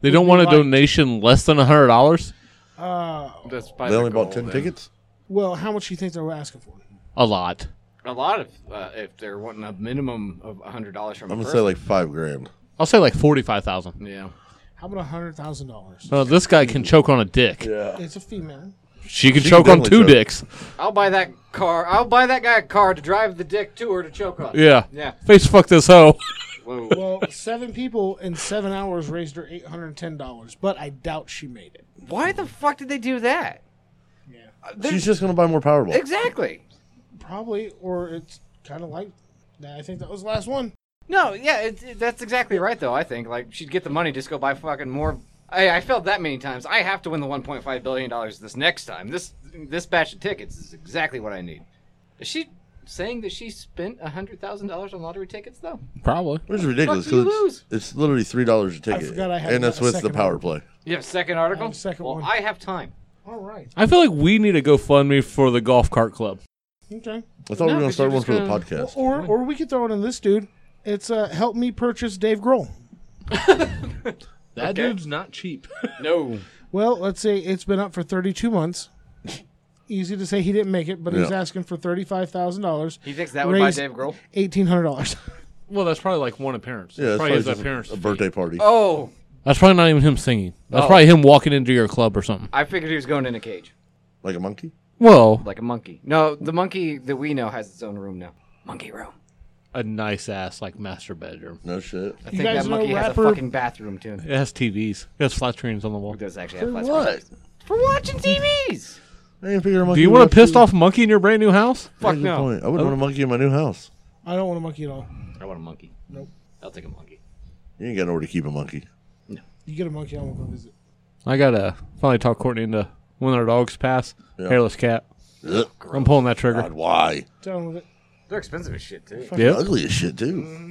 Speaker 3: They don't
Speaker 5: we
Speaker 3: want a
Speaker 5: liked.
Speaker 3: donation less than hundred dollars.
Speaker 2: That's
Speaker 4: They only bought ten tickets.
Speaker 5: Well, how much do you think they're asking for?
Speaker 3: A lot.
Speaker 2: A lot of uh, if they're wanting a minimum of hundred dollars from.
Speaker 4: I'm
Speaker 2: a
Speaker 4: gonna say
Speaker 2: person.
Speaker 4: like five grand.
Speaker 3: I'll say like forty five thousand.
Speaker 2: yeah.
Speaker 5: How about hundred thousand dollars?
Speaker 3: No, Uh, this guy can choke on a dick.
Speaker 5: It's a female.
Speaker 3: She can
Speaker 4: She
Speaker 3: choke
Speaker 4: can
Speaker 3: on two
Speaker 4: definitely choke.
Speaker 3: dicks.
Speaker 2: I'll buy that car. I'll buy that guy a car to drive the dick to her to choke on.
Speaker 3: Yeah.
Speaker 2: Yeah.
Speaker 3: Face fuck this hoe.
Speaker 2: Whoa.
Speaker 5: Well, seven people in seven hours raised her eight hundred and ten dollars, but I doubt she made it.
Speaker 2: Why the fuck did they do that?
Speaker 4: She's just gonna buy more Powerball.
Speaker 2: Exactly.
Speaker 5: Probably, or it's kind of like that. I think that was the last one.
Speaker 2: No, yeah, it, it- that's exactly right though. I think like she'd get the money, just go buy fucking more. I, I failed that many times. I have to win the 1.5 billion dollars this next time. This this batch of tickets is exactly what I need. Is she saying that she spent hundred thousand dollars on lottery tickets though?
Speaker 3: Probably.
Speaker 4: Which is ridiculous
Speaker 2: Fuck you
Speaker 4: because it's,
Speaker 2: lose.
Speaker 4: it's literally three dollars a ticket,
Speaker 5: forgot I had
Speaker 4: and that's
Speaker 5: about a
Speaker 4: with the
Speaker 5: second
Speaker 4: power
Speaker 5: one.
Speaker 4: play.
Speaker 2: You have a second article.
Speaker 5: I have a second
Speaker 2: well,
Speaker 5: one.
Speaker 2: I have time.
Speaker 5: All right.
Speaker 3: I feel like we need a GoFundMe for the golf cart club.
Speaker 5: Okay.
Speaker 4: I thought we
Speaker 2: No,
Speaker 4: were gonna
Speaker 2: 'cause
Speaker 4: start
Speaker 2: you're
Speaker 4: one
Speaker 2: just
Speaker 4: for the
Speaker 2: gonna-
Speaker 5: Or,
Speaker 4: podcast.
Speaker 5: or or we could throw it in this dude. It's uh, help me purchase Dave Grohl.
Speaker 3: That
Speaker 2: Okay. dude's
Speaker 3: not cheap.
Speaker 2: No.
Speaker 5: Well, let's say it's been up for 32 months. Easy to say he didn't make it, but he's
Speaker 4: Yeah.
Speaker 5: asking for $35,000.
Speaker 2: You think that would buy
Speaker 5: Raise-
Speaker 2: Dave Grohl?
Speaker 5: $1,800.
Speaker 3: well, that's probably like one appearance.
Speaker 4: Yeah,
Speaker 3: that's
Speaker 4: it's
Speaker 3: probably
Speaker 4: probably
Speaker 3: his
Speaker 4: just
Speaker 3: appearance.
Speaker 4: a birthday party.
Speaker 2: Oh,
Speaker 3: That's probably not even him singing. That's
Speaker 2: Oh.
Speaker 3: probably him walking into your club or something.
Speaker 2: I figured he was going in a cage
Speaker 4: Like a monkey?
Speaker 3: Well,
Speaker 2: like a monkey. No, the monkey that we know has its own room now. Monkey room.
Speaker 3: a nice ass like master bedroom.
Speaker 4: No shit.
Speaker 2: I
Speaker 5: You
Speaker 2: think
Speaker 5: guys
Speaker 2: that
Speaker 5: know
Speaker 2: monkey has a
Speaker 5: rapper-
Speaker 2: fucking bathroom too.
Speaker 3: It has TVs. It has flat screens on the wall.
Speaker 2: It does actually have flashlights.
Speaker 4: What?
Speaker 2: For watching TVs.
Speaker 4: I didn't figure a monkey.
Speaker 3: Do you
Speaker 4: would
Speaker 3: want a
Speaker 4: have
Speaker 3: pissed
Speaker 4: two-
Speaker 3: off monkey in your brand new house?
Speaker 2: Fuck
Speaker 4: Good
Speaker 2: no. Oh.
Speaker 4: point. I wouldn't want a monkey in my new house.
Speaker 5: I don't want a monkey at all.
Speaker 2: I want a monkey.
Speaker 5: Nope.
Speaker 2: I'll take a monkey.
Speaker 4: You ain't got nowhere to keep a monkey.
Speaker 5: You get a monkey, I won't go visit.
Speaker 3: I gotta finally talk Courtney into one of our dogs pass.
Speaker 4: Yeah. Uh,
Speaker 3: Hairless cat.
Speaker 4: Ugh, Oh
Speaker 3: I'm pulling that trigger.
Speaker 4: God, why?
Speaker 5: Down with it.
Speaker 2: They're expensive as shit too.
Speaker 3: Yep.
Speaker 4: Ugly as shit too.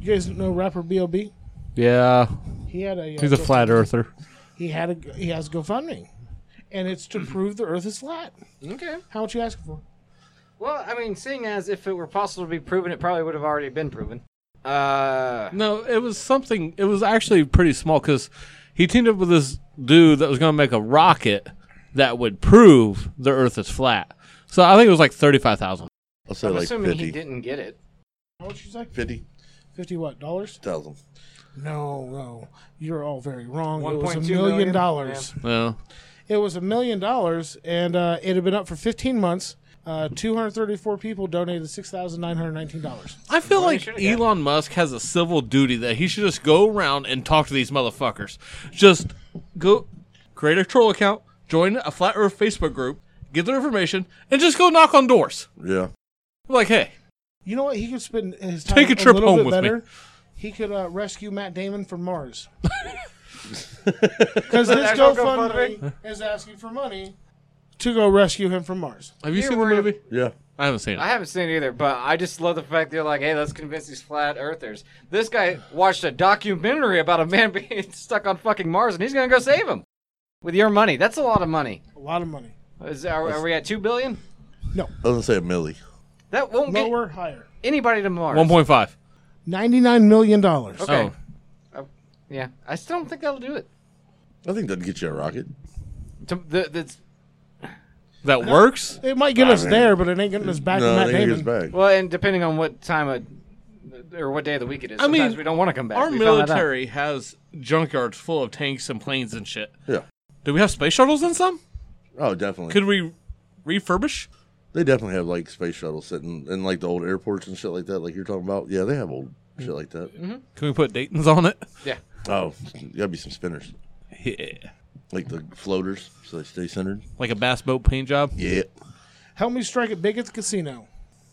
Speaker 5: You guys know rapper B.O.B.?
Speaker 3: Yeah.
Speaker 5: He had a. uh,
Speaker 3: He's a
Speaker 5: Go-
Speaker 3: flat earther.
Speaker 5: He had a. He has GoFundMe, and it's to prove the Earth is flat.
Speaker 2: Okay.
Speaker 5: How much you asking for?
Speaker 2: Well, I mean, seeing as if it were possible to be proven, it probably would have already been proven. Uh,
Speaker 3: No, it was something. It was actually pretty small because he teamed up with this dude that was going to make a rocket that would prove the Earth is flat. So I think it was like thirty-five thousand.
Speaker 4: I'll say
Speaker 2: I'm
Speaker 4: like
Speaker 2: assuming he
Speaker 4: 50.
Speaker 2: didn't get it.
Speaker 5: How much you say?
Speaker 4: 50
Speaker 5: Fifty what dollars?
Speaker 4: thousand.
Speaker 5: No, no. You're all very wrong. It was a
Speaker 2: 1.2
Speaker 5: million,
Speaker 2: million?
Speaker 5: dollars.
Speaker 3: No,
Speaker 5: It was a million dollars, and uh, it had been up for 15 months. Uh, 234 people donated $6,919.
Speaker 3: I feel
Speaker 2: Well, he
Speaker 3: like
Speaker 2: should've got it.
Speaker 3: Elon Musk has a civil duty that he should just go around and talk to these motherfuckers. Just go create a troll account, join a flat Earth Facebook group, get their information, and just go knock on doors.
Speaker 4: Yeah.
Speaker 3: Like, hey,
Speaker 5: You know what? He could spend his time
Speaker 3: Take a trip
Speaker 5: little
Speaker 3: home
Speaker 5: bit
Speaker 3: with me.
Speaker 5: better. He could uh, rescue Matt Damon from Mars. Because this
Speaker 2: actual
Speaker 5: GoFundMe is asking for money to go rescue him from Mars.
Speaker 3: have you
Speaker 2: You're
Speaker 3: seen the
Speaker 2: worried-
Speaker 3: movie?
Speaker 4: Yeah.
Speaker 3: I haven't seen it.
Speaker 2: I haven't seen it either, but I just love the fact they're like, hey, let's convince these flat earthers. This guy watched a documentary about a man being stuck on fucking Mars, and he's gonna go save him with your money. That's a lot of money.
Speaker 5: A lot of money.
Speaker 2: Is, are, are we at two billion?
Speaker 4: I was gonna say a millie.
Speaker 2: That won't get
Speaker 5: Lower, higher.
Speaker 2: anybody to Mars.
Speaker 3: One point five.
Speaker 5: $99 million.
Speaker 2: Okay.
Speaker 3: Oh.
Speaker 2: Yeah, I still don't think that'll do it.
Speaker 4: I think that'd get you a rocket.
Speaker 2: To, the, that's
Speaker 3: That works.
Speaker 5: It might get us there, but it ain't getting us back to
Speaker 4: no, I
Speaker 5: Matt
Speaker 4: think it
Speaker 5: Damon.
Speaker 4: gets back.
Speaker 2: well, and depending on what time of or what day of the week it is,
Speaker 3: I mean,
Speaker 2: sometimes we don't want to come back.
Speaker 3: Our
Speaker 2: We found that out.
Speaker 3: military has junkyards full of tanks and planes and shit.
Speaker 4: Yeah.
Speaker 3: Do we have space shuttles in some?
Speaker 4: Oh, definitely.
Speaker 3: Could we refurbish?
Speaker 4: they definitely have like space shuttles sitting in like the old airports and shit like that, like you're talking about. Yeah, they have old shit like that.
Speaker 3: Can we put Dayton's on it?
Speaker 2: Yeah,
Speaker 4: Oh, gotta be some spinners,
Speaker 3: Yeah.
Speaker 4: like the floaters, so they stay centered.
Speaker 3: Like a bass boat paint job?
Speaker 4: Yeah.
Speaker 5: Help me strike it big at the casino.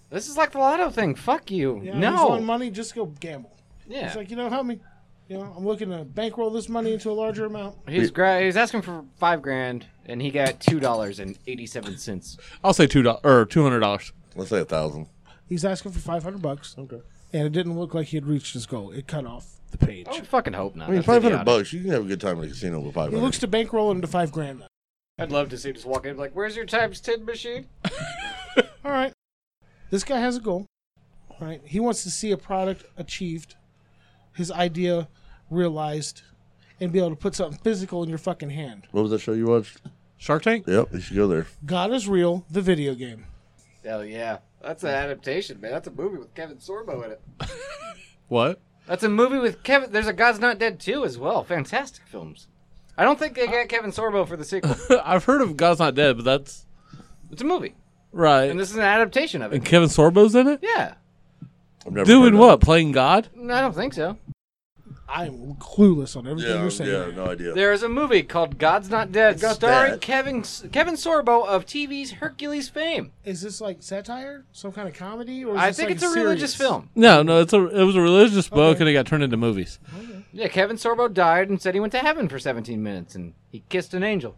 Speaker 2: this is like the lotto thing. Fuck you.
Speaker 5: Yeah, he's
Speaker 2: no.
Speaker 5: on money, just go gamble.
Speaker 2: yeah.
Speaker 5: It's like, you know, help me. You know, I'm looking to bankroll this money into a larger amount.
Speaker 2: He's gra- he's asking for five grand, and he got two dollars and eighty-seven cents.
Speaker 3: I'll say two dollars or two hundred dollars.
Speaker 4: Let's say a thousand.
Speaker 5: He's asking for 500 bucks. Okay. And it didn't look like he had reached his goal. It cut off the page.
Speaker 2: I would fucking hope not.
Speaker 4: I mean,
Speaker 2: That's
Speaker 4: five hundred
Speaker 2: idiotic.
Speaker 4: bucks. You can have a good time at a casino with five
Speaker 5: He looks
Speaker 4: hundred.
Speaker 5: to bankroll into five grand. Though.
Speaker 2: I'd love to see him just walk in, and be like, "Where's your times ten machine?"
Speaker 5: All right. This guy has a goal. All right. He wants to see a product achieved, his idea realized, and be able to put something physical in your fucking hand.
Speaker 4: What was that show you watched?
Speaker 3: Shark Tank?
Speaker 4: Yep, you should go there.
Speaker 5: God is real, the video game.
Speaker 2: Hell yeah. That's an adaptation, man. That's a movie with Kevin Sorbo in it.
Speaker 3: What?
Speaker 2: That's a movie with Kevin. There's a God's Not Dead 2 as well. Fantastic films. I don't think they got Kevin Sorbo for the sequel.
Speaker 3: I've heard of God's Not Dead, but that's
Speaker 2: It's a movie.
Speaker 3: right.
Speaker 2: And
Speaker 3: And,
Speaker 2: this is an adaptation of it.
Speaker 3: Kevin Sorbo's in it?
Speaker 2: Yeah.
Speaker 4: I've never heard
Speaker 3: Doing
Speaker 4: of
Speaker 3: what? Playing God?
Speaker 2: No, I don't think so.
Speaker 5: I'm clueless on
Speaker 4: it.
Speaker 5: everything
Speaker 4: Yeah,
Speaker 5: you're saying.
Speaker 4: yeah, no idea.
Speaker 2: There is a movie called God's Not Dead
Speaker 4: God's
Speaker 2: starring
Speaker 4: Dead.
Speaker 2: Kevin Kevin Sorbo of TV's Hercules fame.
Speaker 5: Is this like satire, some kind of comedy, or is
Speaker 2: I
Speaker 5: this,
Speaker 2: think
Speaker 5: like,
Speaker 2: it's a religious
Speaker 5: serious?
Speaker 2: film.
Speaker 3: No, no, it's a it was a religious book
Speaker 5: Okay.
Speaker 3: and it got turned into movies.
Speaker 2: Yeah, Kevin Sorbo died and said he went to heaven for 17 minutes and he kissed an angel.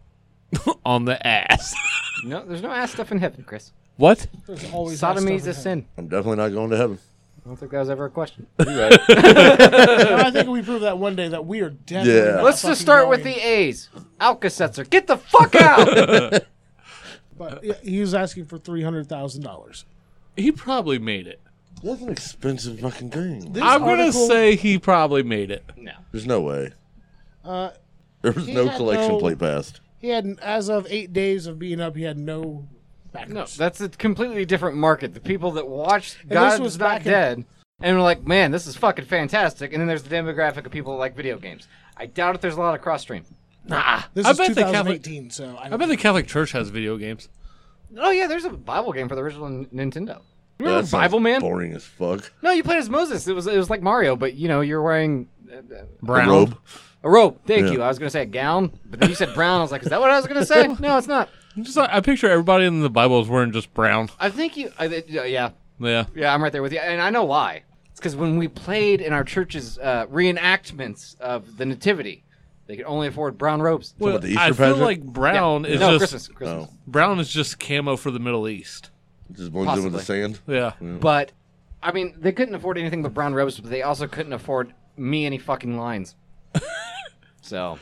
Speaker 3: On the ass.
Speaker 2: No, there's no ass stuff in heaven, Chris.
Speaker 3: what?
Speaker 5: There's always that
Speaker 2: Sodomy's a
Speaker 5: stuff in
Speaker 2: sin.
Speaker 4: I'm definitely not going to heaven.
Speaker 2: I don't think that was ever a question.
Speaker 5: there. No, I think we proved that one day that we are definitely.
Speaker 4: Yeah.
Speaker 5: not
Speaker 2: Let's just
Speaker 5: fucking
Speaker 2: start with
Speaker 5: going.
Speaker 2: the A's. Alka-Seltzer, get the fuck out!
Speaker 5: But yeah, he was asking for three hundred thousand dollars.
Speaker 3: He probably made it.
Speaker 4: That's an expensive fucking thing.
Speaker 3: I'm gonna say he probably made it.
Speaker 2: no.
Speaker 4: There's no way.
Speaker 5: Uh,
Speaker 4: There was
Speaker 5: He
Speaker 4: no
Speaker 5: had
Speaker 4: collection
Speaker 5: no-
Speaker 4: plate passed.
Speaker 5: he had as of eight days of being up, he had no backers.
Speaker 2: No, that's a completely different market. The people that watch
Speaker 5: this
Speaker 2: God's
Speaker 5: was
Speaker 2: Not
Speaker 5: back in-
Speaker 2: Dead and are like, man, this is fucking fantastic. And then there's the demographic of people that like video games. I doubt if there's a lot of cross-stream.
Speaker 3: Nah.
Speaker 5: this
Speaker 3: I
Speaker 5: is
Speaker 3: bet the Catholic
Speaker 5: 2018, so I,
Speaker 3: I bet the Catholic Church has video games.
Speaker 2: Oh, yeah, there's a Bible game for the original N- Nintendo.
Speaker 4: That
Speaker 2: Remember
Speaker 4: sounds
Speaker 2: Bible Man?
Speaker 4: Boring as fuck.
Speaker 2: No, you played as Moses. It was it was like Mario, but you know you're wearing uh, uh,
Speaker 4: A
Speaker 3: Brown.
Speaker 4: robe.
Speaker 2: a robe. Thank
Speaker 4: Yeah.
Speaker 2: you. I was gonna say a gown, but then you said brown. I was like, is that what I was gonna say? No, it's not.
Speaker 3: Just like, I picture everybody in the Bible is wearing just brown.
Speaker 2: I think you. I, th- yeah,
Speaker 3: Yeah.
Speaker 2: yeah. I'm right there with you, and I know why. It's because when we played in our church's uh, reenactments of the Nativity, they could only afford brown robes.
Speaker 3: Well,
Speaker 4: about the Easter
Speaker 3: I feel
Speaker 4: pageant?
Speaker 3: like brown is
Speaker 2: no
Speaker 3: just
Speaker 2: Christmas, Christmas.
Speaker 4: Oh.
Speaker 3: brown is just camo for the Middle East.
Speaker 4: Just blends in with the
Speaker 2: Possibly.
Speaker 4: sand.
Speaker 3: Yeah.
Speaker 2: But I mean, they couldn't afford anything but brown robes, but they also couldn't afford me any fucking lines. so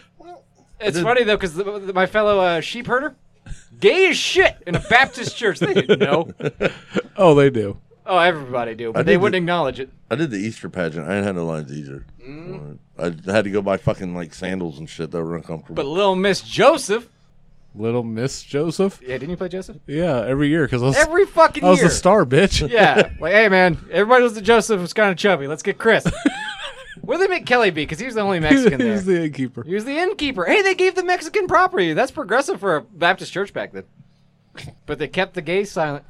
Speaker 2: it's funny though, because my fellow uh, sheep herder, gay as shit in a Baptist church. They didn't know.
Speaker 3: Oh, they do.
Speaker 2: Oh, everybody do, but
Speaker 4: I
Speaker 2: they
Speaker 4: did
Speaker 2: wouldn't
Speaker 4: the-
Speaker 2: acknowledge it.
Speaker 4: I did the Easter pageant. I didn't have no lines either.
Speaker 2: Mm.
Speaker 4: I had to go buy fucking like sandals and shit that were uncomfortable.
Speaker 2: But little Miss Joseph,
Speaker 3: Little Miss Joseph.
Speaker 2: yeah, didn't you play Joseph
Speaker 3: Yeah, every year because I was,
Speaker 2: every fucking
Speaker 3: I was
Speaker 2: year?
Speaker 3: the star, bitch.
Speaker 2: Yeah, like hey man, everybody was the Joseph was kind of chubby. Let's get Chris. Where they make Kelly be? Because he was the only Mexican there.
Speaker 3: He's the innkeeper.
Speaker 2: He was the innkeeper. Hey, they gave the Mexican property. That's progressive for a Baptist church back then. But they kept the gays silent.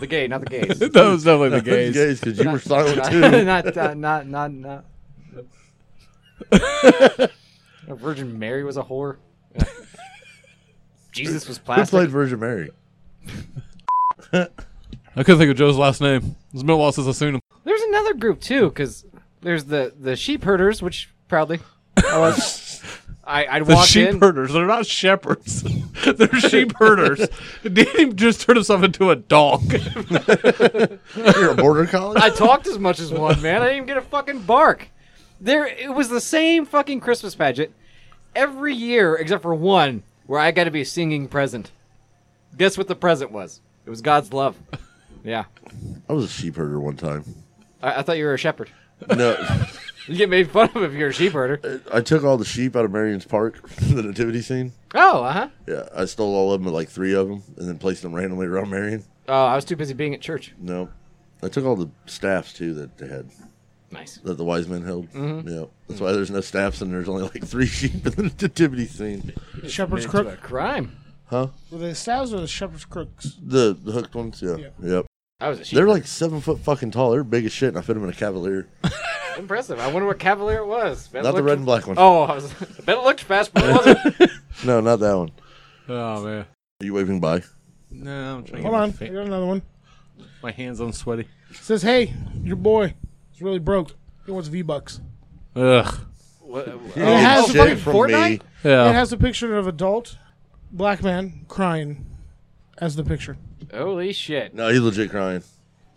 Speaker 2: the gay, not the gays.
Speaker 3: that was definitely the gays.
Speaker 4: Gays, because you were silent too.
Speaker 2: not, uh, not, not, not. Virgin Mary was a whore. Jesus was
Speaker 4: Who
Speaker 2: plastic.
Speaker 4: played Virgin Mary?
Speaker 3: I couldn't think of Joe's last name. It's been a while since I've seen him.
Speaker 2: There's another group too, because there's the the sheep herders, which proudly I was. I, I'd
Speaker 3: The
Speaker 2: walk
Speaker 3: sheep
Speaker 2: in.
Speaker 3: herders. They're not shepherds. They're sheep herders. Danny just turned himself into a dog.
Speaker 4: You're a border collie.
Speaker 2: I talked as much as one man. I didn't even get a fucking bark. There, it was the same fucking Christmas pageant every year except for one where I got to be a singing present. Guess what the present was? It was God's love. Yeah,
Speaker 4: I was a sheep herder one time.
Speaker 2: I, I thought you were a shepherd.
Speaker 4: No,
Speaker 2: You get made fun of if you're a sheep
Speaker 3: Uh,
Speaker 2: herder.
Speaker 4: I took all the sheep out of Marion's Park, the nativity scene.
Speaker 2: Oh, uh huh.
Speaker 4: Yeah, I stole all of them, like three of them, and then placed them randomly around Marion.
Speaker 2: Oh, I was too busy being at church.
Speaker 4: No, I took all the staffs too that they had,
Speaker 2: Nice.
Speaker 4: that the wise men held.
Speaker 2: Mm-hmm.
Speaker 4: Yeah, that's why there's no staffs and there's only like three sheep in the nativity scene.
Speaker 5: shepherd's
Speaker 2: A
Speaker 5: crook.
Speaker 2: crime.
Speaker 5: Were they staves or the shepherd's crooks?
Speaker 4: The, the hooked ones, yeah,
Speaker 5: Yeah.
Speaker 4: yep.
Speaker 2: I was a sheep.
Speaker 4: They're like seven foot fucking tall. They're big as shit, and I fit them in a Cavalier,
Speaker 2: impressive. I wonder what cavalier it was. Bet it
Speaker 4: not the
Speaker 2: looked-
Speaker 4: red and black one.
Speaker 2: Oh, I was. I bet it looked fast, but it wasn't.
Speaker 4: No, not that one.
Speaker 3: oh man.
Speaker 4: Are you waving by?
Speaker 3: No, I'm trying
Speaker 5: Hold on, I got another one.
Speaker 3: My hands on sweaty.
Speaker 5: Says, hey, your boy is really broke. He wants V bucks.
Speaker 3: Ugh.
Speaker 4: You
Speaker 5: it has
Speaker 4: get
Speaker 5: a fucking
Speaker 2: Fortnite?
Speaker 5: It
Speaker 3: Yeah.
Speaker 5: has a picture of adult black man crying as the picture.
Speaker 2: Holy shit.
Speaker 4: No, he's legit crying.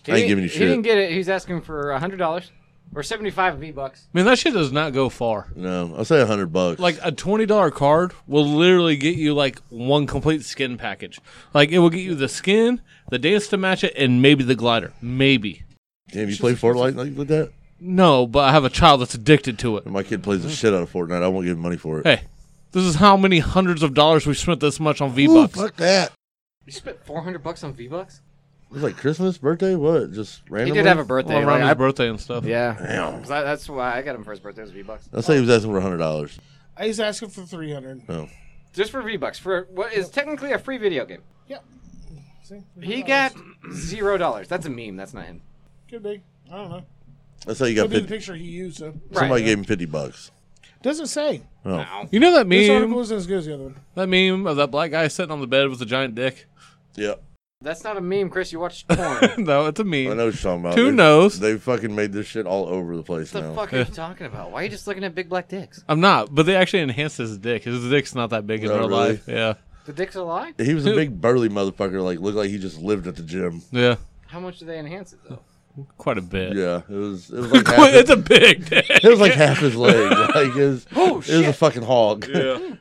Speaker 2: He
Speaker 4: I
Speaker 2: didn't-
Speaker 4: ain't giving you
Speaker 2: he
Speaker 4: shit.
Speaker 2: didn't get it. He's asking for hundred dollars or seventy-five V bucks.
Speaker 3: Man, that shit does not go far.
Speaker 4: No, I'll say a hundred bucks.
Speaker 3: Like a twenty dollar card will literally get you like one complete skin package. Like it will get you the skin, the dance to match it, and maybe the glider. Maybe.
Speaker 4: damn, you play Fortnite like, like that?
Speaker 3: No, but I have a child that's addicted to it.
Speaker 4: If my kid plays the shit out of Fortnite, I won't give him money for it.
Speaker 3: Hey, this is how many hundreds of dollars we spent this much on V
Speaker 4: Ooh,
Speaker 3: Bucks.
Speaker 4: fuck that.
Speaker 2: You spent 400 bucks on V-Bucks?
Speaker 4: It was like Christmas, birthday, what? Just
Speaker 2: He
Speaker 4: randomly.
Speaker 2: did have a birthday.
Speaker 3: Well,
Speaker 2: like,
Speaker 3: around his
Speaker 2: I-
Speaker 3: birthday and stuff.
Speaker 2: yeah.
Speaker 4: Damn.
Speaker 2: 'Cause I- that's why I got him for his birthday was V-Bucks.
Speaker 4: I'll say he was asking for hundred dollars.
Speaker 5: I was asking for three hundred.
Speaker 4: No.
Speaker 2: Just for V-Bucks. For what is technically a free video game.
Speaker 5: Yep. See,
Speaker 2: He got zero dollars. That's a meme. That's not him.
Speaker 5: could be. I don't know.
Speaker 4: That's how you got
Speaker 5: Could be the
Speaker 4: fifty.
Speaker 5: picture he used. So.
Speaker 4: Somebody
Speaker 2: Right.
Speaker 4: gave him fifty bucks.
Speaker 5: Doesn't say.
Speaker 4: Oh.
Speaker 3: You know that
Speaker 5: This article
Speaker 3: meme?
Speaker 5: isn't as good as the other one.
Speaker 3: That meme of that black guy sitting on the bed with a giant dick?
Speaker 4: Yeah.
Speaker 2: That's not a meme, Chris. You watched porn.
Speaker 3: no, it's a
Speaker 4: I
Speaker 3: meme.
Speaker 4: know what you're talking about.
Speaker 3: Two
Speaker 4: They've-
Speaker 3: knows.
Speaker 4: They fucking made this shit all over the place
Speaker 2: What the
Speaker 4: now.
Speaker 2: fuck are you talking about? Why are you just looking at big black dicks?
Speaker 3: I'm not, but they actually enhanced his dick. His dick's not that big in
Speaker 4: Oh,
Speaker 3: real
Speaker 4: really?
Speaker 3: life. Yeah.
Speaker 2: The dick's a lie?
Speaker 4: He was a big burly motherfucker. Like looked like he just lived at the gym.
Speaker 3: Yeah.
Speaker 2: How much do they enhance it, though?
Speaker 3: Quite a bit.
Speaker 4: Yeah, it was. It was like half.
Speaker 3: Quite-
Speaker 4: His,
Speaker 3: it's a big dick.
Speaker 4: it was like half his leg. Like it was,
Speaker 2: Oh,
Speaker 4: it was a
Speaker 2: shit.
Speaker 4: fucking hog.
Speaker 3: Yeah.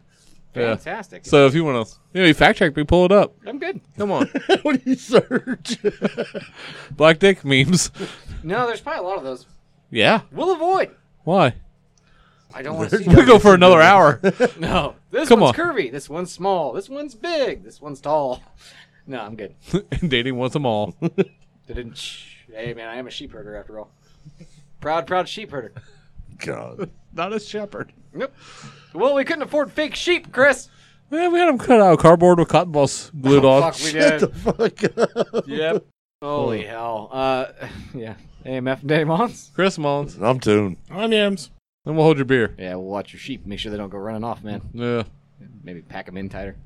Speaker 3: Yeah.
Speaker 2: Fantastic.
Speaker 3: So if you want to, you know, you fact check me, pull it up.
Speaker 2: I'm good.
Speaker 3: Come on.
Speaker 4: what do you search?
Speaker 3: black dick memes.
Speaker 2: No, there's probably a lot of those.
Speaker 3: Yeah.
Speaker 2: We'll avoid.
Speaker 3: Why?
Speaker 2: I don't want to see
Speaker 3: We'll
Speaker 2: those.
Speaker 3: go for another hour.
Speaker 2: No. This
Speaker 3: Come
Speaker 2: one's
Speaker 3: on.
Speaker 2: curvy. This one's small. This one's big. This one's tall. No, I'm good.
Speaker 3: Dating wants them all.
Speaker 2: Didn't- shh. Hey, man, I am a sheep herder after all. Proud, proud sheep herder.
Speaker 4: God,
Speaker 3: Not a shepherd.
Speaker 2: Nope. Well, we couldn't afford fake sheep, Chris.
Speaker 3: Yeah, we had him cut out of cardboard with cotton balls glued on.
Speaker 2: Oh, Fuck, we
Speaker 4: get
Speaker 2: did.
Speaker 4: the fuck up.
Speaker 2: Yep. Holy hell. Uh, yeah. AMF Day Mons.
Speaker 3: Chris Mullins.
Speaker 4: I'm tuned.
Speaker 5: I'm Yams.
Speaker 3: Then we'll hold your beer.
Speaker 2: Yeah, we'll watch your sheep. Make sure they don't go running off, man.
Speaker 3: Yeah.
Speaker 2: Maybe pack them in tighter.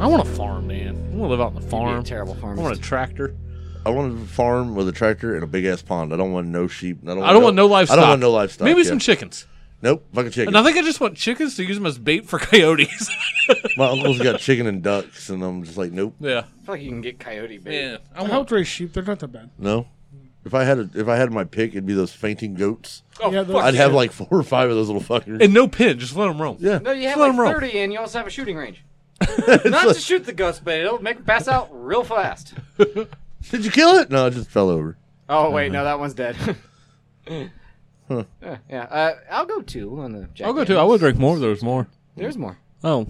Speaker 3: I want a farm, man. I want to live out on the
Speaker 2: You'd be a
Speaker 3: farm.
Speaker 2: terrible
Speaker 3: I
Speaker 2: farmer.
Speaker 3: want a tractor.
Speaker 4: I want a farm with a tractor and a big ass pond. I don't want no sheep. I don't,
Speaker 3: I don't want no livestock.
Speaker 4: I don't want no livestock.
Speaker 3: Maybe
Speaker 4: yeah.
Speaker 3: some chickens.
Speaker 4: Nope, fucking chicken.
Speaker 3: And I think I just want chickens to use them as bait for coyotes.
Speaker 4: My uncle's got chicken and ducks, and I'm just like, nope,
Speaker 3: yeah.
Speaker 2: I feel like you can get coyote bait.
Speaker 3: Yeah. I
Speaker 5: I
Speaker 3: want.
Speaker 5: helped raise sheep. They're not that bad.
Speaker 4: no. If I had a, if I had my pick, it'd be those fainting goats.
Speaker 3: Oh,
Speaker 5: Yeah, those-
Speaker 3: fuck
Speaker 4: I'd
Speaker 3: yeah.
Speaker 4: have like four or five of those little fuckers.
Speaker 3: And no pin. Just let them roam.
Speaker 4: yeah,
Speaker 2: No, you have
Speaker 3: Let
Speaker 2: like
Speaker 3: 'em roll.
Speaker 2: 30 and you also have a shooting range. Not to shoot the ghost, but it'll make them pass out real fast.
Speaker 4: did you kill it? No, it just fell over.
Speaker 3: Uh-huh.
Speaker 2: Oh, wait, no, that one's dead. Yeah, yeah. Uh, I'll go two on the Jack
Speaker 3: I'll go too. I would drink more if there was more.
Speaker 2: There's more.
Speaker 3: Oh.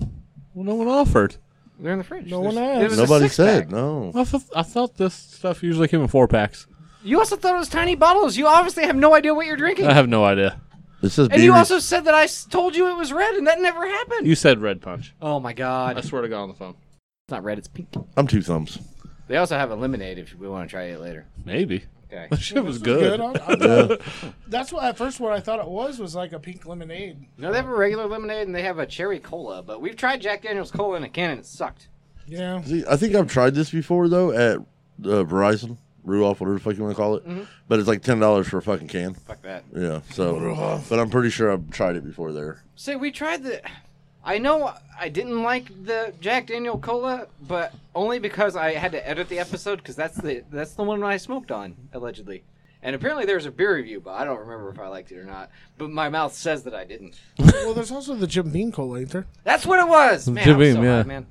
Speaker 3: Well, no one offered.
Speaker 2: They're in the fridge.
Speaker 5: No
Speaker 2: There's-
Speaker 5: one
Speaker 2: there was
Speaker 5: asked.
Speaker 2: a
Speaker 4: Nobody
Speaker 2: six
Speaker 4: said
Speaker 2: pack.
Speaker 4: no.
Speaker 3: I thought, I thought this stuff usually came in four packs.
Speaker 2: You also thought it was tiny bottles. You obviously have no idea what you're drinking.
Speaker 3: I have no idea.
Speaker 4: It says
Speaker 2: and
Speaker 4: be
Speaker 2: you
Speaker 4: re-
Speaker 2: also said that I s- told you it was red, and that never happened.
Speaker 3: You said red punch.
Speaker 2: oh my god,
Speaker 3: I
Speaker 2: it's
Speaker 3: swear to God on the phone.
Speaker 2: not red; it's pink.
Speaker 4: I'm two thumbs.
Speaker 2: They also have a lemonade if we want to try it later.
Speaker 3: Maybe.
Speaker 2: Okay.
Speaker 3: That shit was
Speaker 5: This is
Speaker 3: good.
Speaker 5: I- I- That's what at first what I thought it was was like a pink lemonade.
Speaker 2: No, they have a regular lemonade and they have a cherry cola, but we've tried Jack Daniel's cola in a can and it sucked.
Speaker 5: Yeah.
Speaker 4: See, I think I've tried this before though at uh, Verizon, Rudolph, whatever the fuck you want to call it. But it's like ten dollars for a fucking can.
Speaker 2: Fuck that.
Speaker 4: Yeah. So, but I'm pretty sure I've tried it before there.
Speaker 2: See, we tried the. I know I didn't like the Jack Daniel cola, but only because I had to edit the episode because that's the that's the one I smoked on allegedly. And apparently there's a beer review, but I don't remember if I liked it or not. But my mouth says that I didn't.
Speaker 5: Well, there's also the Jim Beam cola, ain't there?
Speaker 2: That's what it was, man.
Speaker 3: Jim
Speaker 2: I'm
Speaker 3: Beam,
Speaker 2: so
Speaker 3: yeah.
Speaker 2: high, man.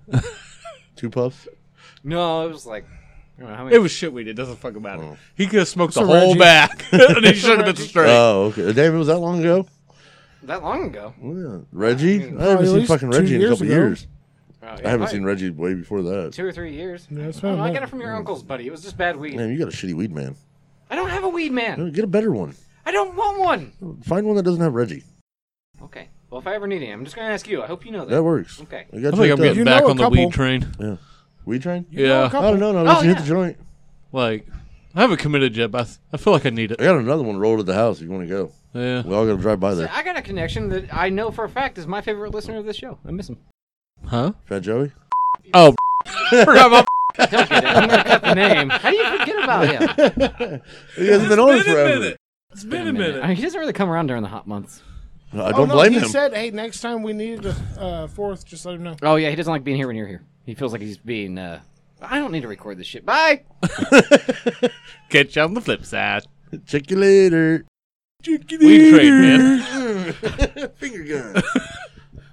Speaker 4: Two puffs.
Speaker 2: No, it was like I don't know how many.
Speaker 3: It was shit we did. Doesn't fucking matter. He could have smoked the
Speaker 5: So
Speaker 3: whole
Speaker 5: Reggie-
Speaker 3: back. and he should have been
Speaker 5: Reggie-
Speaker 3: straight.
Speaker 4: Oh, okay. Damn, it was that long ago.
Speaker 2: that long ago.
Speaker 4: Oh, yeah. Reggie. I
Speaker 5: at
Speaker 4: haven't seen
Speaker 5: least
Speaker 4: fucking
Speaker 5: two
Speaker 4: Reggie in a
Speaker 5: years
Speaker 4: couple
Speaker 5: ago.
Speaker 4: years.
Speaker 2: Oh, yeah,
Speaker 4: I haven't
Speaker 2: probably
Speaker 4: seen Reggie way before that.
Speaker 2: two or three years.
Speaker 5: Yeah, it's
Speaker 2: I, don't
Speaker 5: been
Speaker 2: know,
Speaker 5: a
Speaker 2: I
Speaker 5: minute.
Speaker 2: got it from your uncle's buddy. It was just bad weed.
Speaker 4: Man, you got a shitty weed, man.
Speaker 2: I don't have a weed man.
Speaker 4: Get a better one.
Speaker 2: I don't want one.
Speaker 4: Find one that doesn't have Reggie.
Speaker 2: Okay. Well, if I ever need it, I'm just gonna ask you. I hope you know that.
Speaker 4: That works.
Speaker 2: Okay.
Speaker 4: I got
Speaker 3: I think I'm getting
Speaker 5: You
Speaker 3: back
Speaker 5: know a
Speaker 3: on the
Speaker 5: couple.
Speaker 3: weed train.
Speaker 4: Weed train?
Speaker 5: You know a
Speaker 3: Yeah.
Speaker 5: couple.
Speaker 4: I don't know. No,
Speaker 2: Oh,
Speaker 4: you hit
Speaker 2: yeah.
Speaker 4: the joint.
Speaker 3: Like, I haven't committed yet, but I, th- I feel like I need it.
Speaker 4: I got another one rolled at the house if you want to go.
Speaker 3: Yeah.
Speaker 4: We all got to drive by
Speaker 2: So
Speaker 4: there.
Speaker 2: I got a connection that I know for a fact is my favorite listener of this show. I miss him.
Speaker 3: Huh?
Speaker 4: Fat Joey?
Speaker 3: Oh, forgot about
Speaker 2: Don't get it. I'm gonna cut the name. How do you forget about him?
Speaker 4: He hasn't been on forever.
Speaker 3: It's been a minute.
Speaker 2: I mean, he doesn't really come around during the hot months.
Speaker 4: No, I
Speaker 5: oh,
Speaker 4: don't
Speaker 5: no,
Speaker 4: blame
Speaker 5: he
Speaker 4: him.
Speaker 5: said, "Hey, next time we need a uh, fourth, just let him know."
Speaker 2: Oh yeah, he doesn't like being here when you're here. He feels like he's being. uh I don't need to record this shit. Bye.
Speaker 3: Catch you on the flip side.
Speaker 4: Check you later.
Speaker 3: We trade, man.
Speaker 4: Finger gun.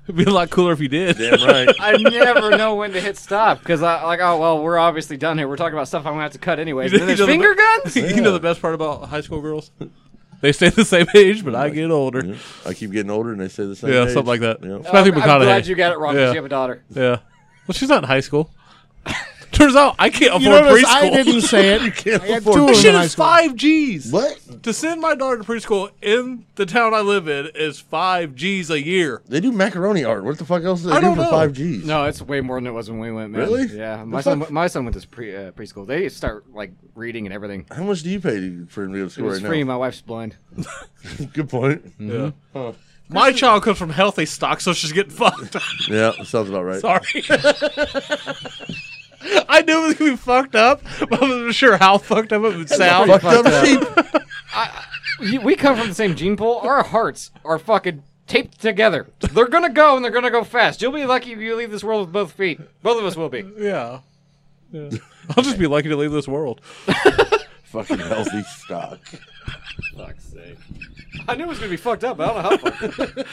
Speaker 3: It'd be a lot cooler if you did.
Speaker 4: Damn right.
Speaker 2: I never know when to hit stop because I like. Oh well, we're obviously done here. We're talking about stuff I'm gonna have to cut anyway.
Speaker 3: You
Speaker 2: Then there's
Speaker 3: know the-
Speaker 2: finger guns.
Speaker 3: You know the best part about high school girls? They stay the same age, but I get older.
Speaker 4: Yeah. I keep getting older, and they say the same.
Speaker 3: Yeah,
Speaker 4: age.
Speaker 3: something like that.
Speaker 4: Yeah.
Speaker 3: It's Matthew
Speaker 2: I'm, I'm
Speaker 3: McConaughey.
Speaker 2: glad you got it wrong. 'cause
Speaker 3: Yeah.
Speaker 2: You have a daughter.
Speaker 3: Yeah. Well, she's not in high school. Turns out I can't afford
Speaker 5: You notice
Speaker 3: preschool.
Speaker 5: I didn't say it.
Speaker 4: Can't
Speaker 5: I had
Speaker 4: afford it.
Speaker 5: two
Speaker 3: That
Speaker 5: of them
Speaker 3: shit
Speaker 5: in high
Speaker 3: is
Speaker 5: school.
Speaker 3: five G's.
Speaker 4: What?
Speaker 3: To send my daughter to preschool in the town I live in is five G's a year.
Speaker 4: They do macaroni art. What the fuck else do they
Speaker 3: I
Speaker 4: do
Speaker 3: don't
Speaker 4: for
Speaker 3: know.
Speaker 4: five Gs?
Speaker 2: No, it's way more than it was when we went. Man.
Speaker 4: Really?
Speaker 2: Yeah.
Speaker 4: The
Speaker 2: My son.
Speaker 4: fuck?
Speaker 2: My son went to pre, uh, preschool. They start like reading and everything.
Speaker 4: How much do you pay to- for him to go to
Speaker 2: It
Speaker 4: school
Speaker 2: was
Speaker 4: right
Speaker 2: free.
Speaker 4: now?
Speaker 2: My wife's blind.
Speaker 4: Good point.
Speaker 3: Yeah. My child comes from healthy stock, so she's getting fucked.
Speaker 4: Yeah, sounds about right.
Speaker 3: Sorry. I knew it was gonna be fucked up, but I wasn't sure how fucked up it would sound.
Speaker 4: Fucked up sheep.
Speaker 2: You- We come from the same gene pool. Our hearts are fucking taped together. They're gonna go and they're gonna go fast. You'll be lucky if you leave this world with both feet. Both of us will be.
Speaker 3: Yeah. yeah. I'll just be lucky to leave this world.
Speaker 4: Fucking healthy stock.
Speaker 2: Fuck's sake. I knew it was gonna be fucked up. But I don't know how. fucked.